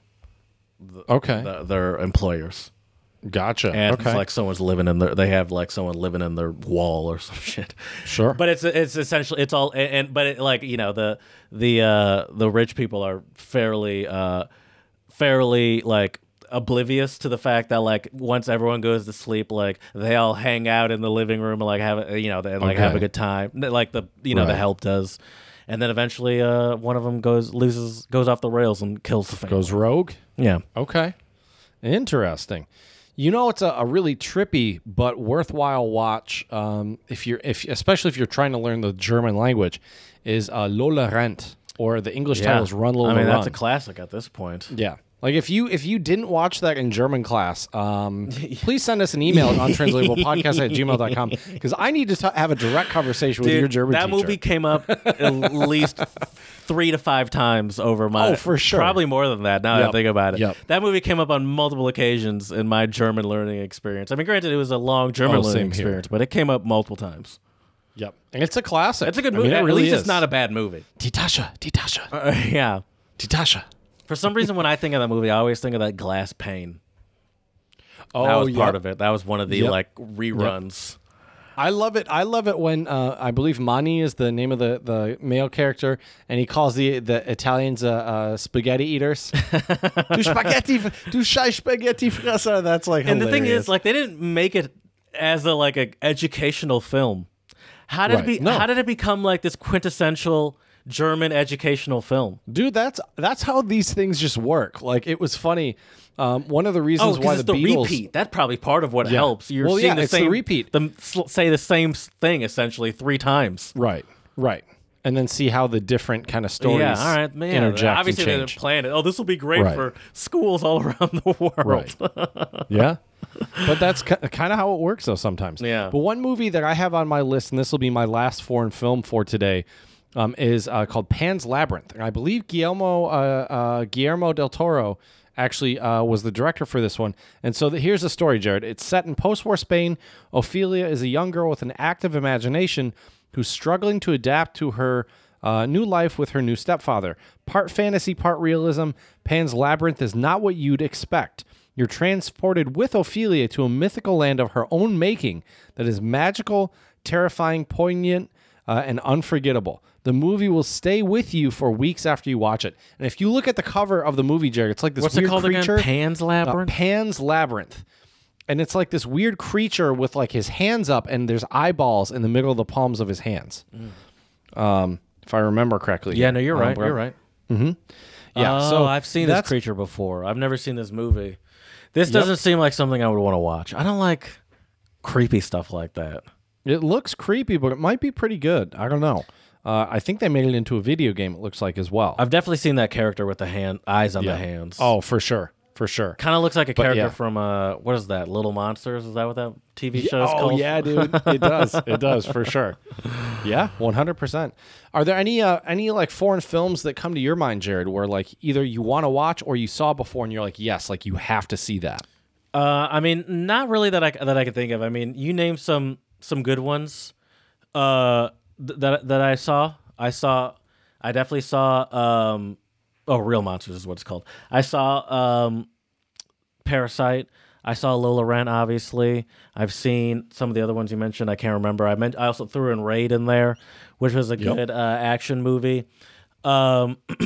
okay, the, their employers gotcha. and okay, it's like someone's living in their they have like someone living in their wall or some shit sure. but it's it's essentially it's all and, and- but it, like you know the the uh the rich people are fairly uh fairly like oblivious to the fact that like once everyone goes to sleep like they all hang out in the living room and like have a- you know and like have Okay. a good time like the you know the Right. help does and then eventually uh one of them goes loses goes off the rails and kills the family goes rogue. yeah Okay. Interesting. You know, it's a, a really trippy but worthwhile watch. Um, if you're, if especially if you're trying to learn the German language, is uh, Lola Rent or the English title is Run Lola I mean Run. that's a classic at this point yeah. Like if you if you didn't watch that in German class, um, please send us an email at untranslatablepodcast at gmail.com because I need to t- have a direct conversation with Dude, your German that teacher. movie came up at least th- three to five times over my. Oh, for sure. Probably more than that. Now that Yep. I think about it, Yep. that movie came up on multiple occasions in my German learning experience. I mean, granted, it was a long German Oh, same learning here. experience, but it came up multiple times. Yep, and it's a classic. It's a good I movie. mean, it at really least is. it's not a bad movie. Die Tasche, die Tasche, Uh, yeah. die Tasche. For some reason, when I think of that movie, I always think of that glass pane. Oh, That was yep. part of it. That was one of the Yep. like reruns. I love it. I love it when uh, I believe Mani is the name of the, the male character, and he calls the the Italians uh, uh, spaghetti eaters. du spaghetti, du shy spaghetti fresser. That's like and the thing hilarious. is like they didn't make it as a like a educational film how did Right. it be No. how did it become like this quintessential german educational film dude, that's that's how these things just work. Like it was funny. Um, one of the reasons why Oh, it's the, Beatles. repeat that's probably part of what helps you're Well, seeing yeah, the it's the same repeat. the, sl- say the same s- thing essentially three times Right, right, and then see how the different kind of stories yeah all right man interject obviously and they didn't change. plan it oh this will be great Right. for schools all around the world Right. yeah. but that's kind of how it works though sometimes. Yeah. But one movie that I have on my list, and this will be my last foreign film for today, um, is uh, called Pan's Labyrinth, and I believe Guillermo uh, uh, Guillermo del Toro actually uh, was the director for this one. And so the, here's the story, Jared. It's set in post-war Spain. Ophelia is a young girl with an active imagination who's struggling to adapt to her uh, new life with her new stepfather. Part fantasy, part realism, Pan's Labyrinth is not what you'd expect. You're transported with Ophelia to a mythical land of her own making that is magical, terrifying, poignant, uh, and unforgettable. The movie will stay with you for weeks after you watch it. And if you look at the cover of the movie, Jared, it's like this What's it weird called creature. again? Pan's uh, Labyrinth. Pan's Labyrinth. And it's like this weird creature with like his hands up and there's eyeballs in the middle of the palms of his hands. Um, if I remember correctly. Mm. yeah, no, you're Um, right. bro- Mm-hmm. You're right. Yeah. Oh, so I've seen that's this creature before. I've never seen this movie. This doesn't seem like something I would want to watch. I don't like creepy stuff like that. It looks creepy, but it might be pretty good. I don't know. Uh, I think they made it into a video game. It looks like as well. I've definitely seen that character with the hand eyes on the hands. oh, for sure, for sure. kind of looks like a character yeah. from uh, what is that? Little Monsters? Is that what that TV show is Oh called? yeah, dude, it does. It does for sure. Yeah, one hundred percent. Are there any uh, any like foreign films that come to your mind, Jared, where like either you want to watch or you saw before and you're like, yes, like you have to see that. Uh, I mean, not really that I that I can think of. I mean, you named some some good ones uh, th- that that I saw. I saw, I definitely saw. Um, oh, Real Monsters is what it's called. I saw um, Parasite. I saw Lola Rent. Obviously, I've seen some of the other ones you mentioned. I can't remember. I meant I also threw in Raid in there, which was a good uh, action movie. Um,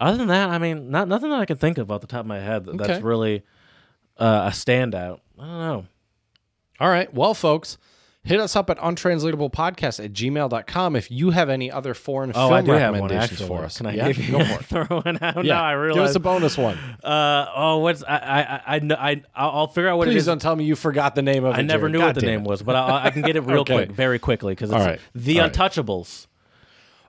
other than that, I mean, not nothing that I can think of off the top of my head that, Okay. that's really uh, a standout. I don't know. All right. Well, folks, hit us up at untranslatablepodcast at gmail.com if you have any other foreign film recommendations for us. Can I yeah, give you go for it. throw one out? Yeah, No, I Give realize. us a bonus one. uh, oh, what's I I I- I kn- I I'll I'll figure out what it Please is. don't tell me you forgot the name of it. I never Jared. knew God what the damn name it. was, but I, I can get it real Okay. quick, very quickly, because it's All right. the All right. Untouchables.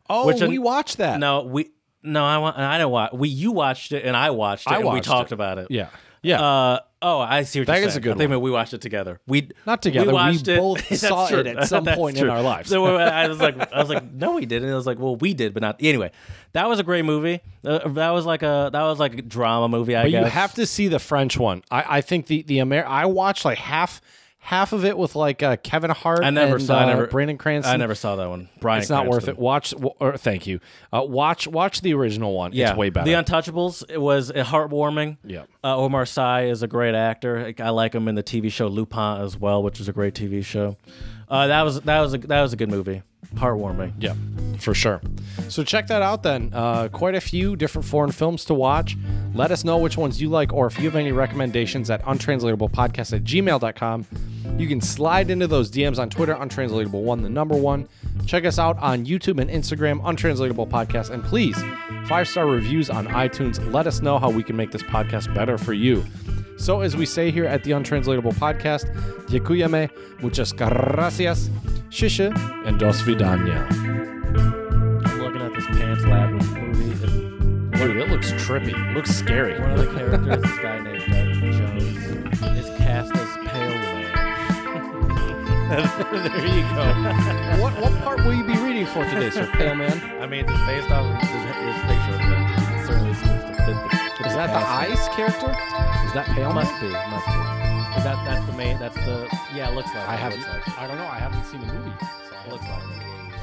Oh, Which an- we watched that. No, we no, I want I don't watch. We you watched it and I watched it. I and we watched talked it. about it. Yeah. Yeah. Uh, oh, I see what That you're is a saying. good I think one. maybe we watched it together. We Not together, we watched it. both That's saw it true. at some That's point in true. our lives. So uh, I was like, I was like, no, we didn't. I was like, well, we did, but not anyway. That was a great movie. Uh, that was like a that was like a drama movie. I but guess you have to see the French one. I, I think the the Amer- I watched like half half of it with like uh, Kevin Hart. I never and, saw. I uh, never Brandon Cranston. I never saw that one. Brian. It's not worth Cranston. it. Watch. w- Or, thank you. Uh, watch. Watch the original one. It's way better. The Untouchables it was uh, heartwarming. Yeah. Uh, Omar Sy is a great actor. Like, I like him in the TV show Lupin as well, which is a great TV show. Uh, that was that was a, that was a good movie. Heartwarming. Yeah, for sure. So check that out then. Uh, quite a few different foreign films to watch. Let us know which ones you like, or if you have any recommendations at untranslatablepodcast at gmail.com. You can slide into those DMs on Twitter, untranslatable1, the number one. Check us out on YouTube and Instagram, untranslatable podcast. And please, five star reviews on iTunes. Let us know how we can make this podcast better for you. So, as we say here at the Untranslatable Podcast, Yakuyame, muchas gracias, shisha, and dos vidania. I'm looking at this Pants Labyrinth movie. and Dude, it looks trippy. Looks scary. One of the characters, this guy named Doug Jones, is cast as Pale Man. there you go. What what part will you be reading for today, Sir Pale Man? I mean, just based off this, this picture, it certainly seems to fit the. Is that the ice character? Is that Pale Man? Must be, must be. Is that that's the main? That's the yeah. It looks like. I it haven't. Looks like. I don't know. I haven't seen the movie. yet, so I It haven't- looks like. it.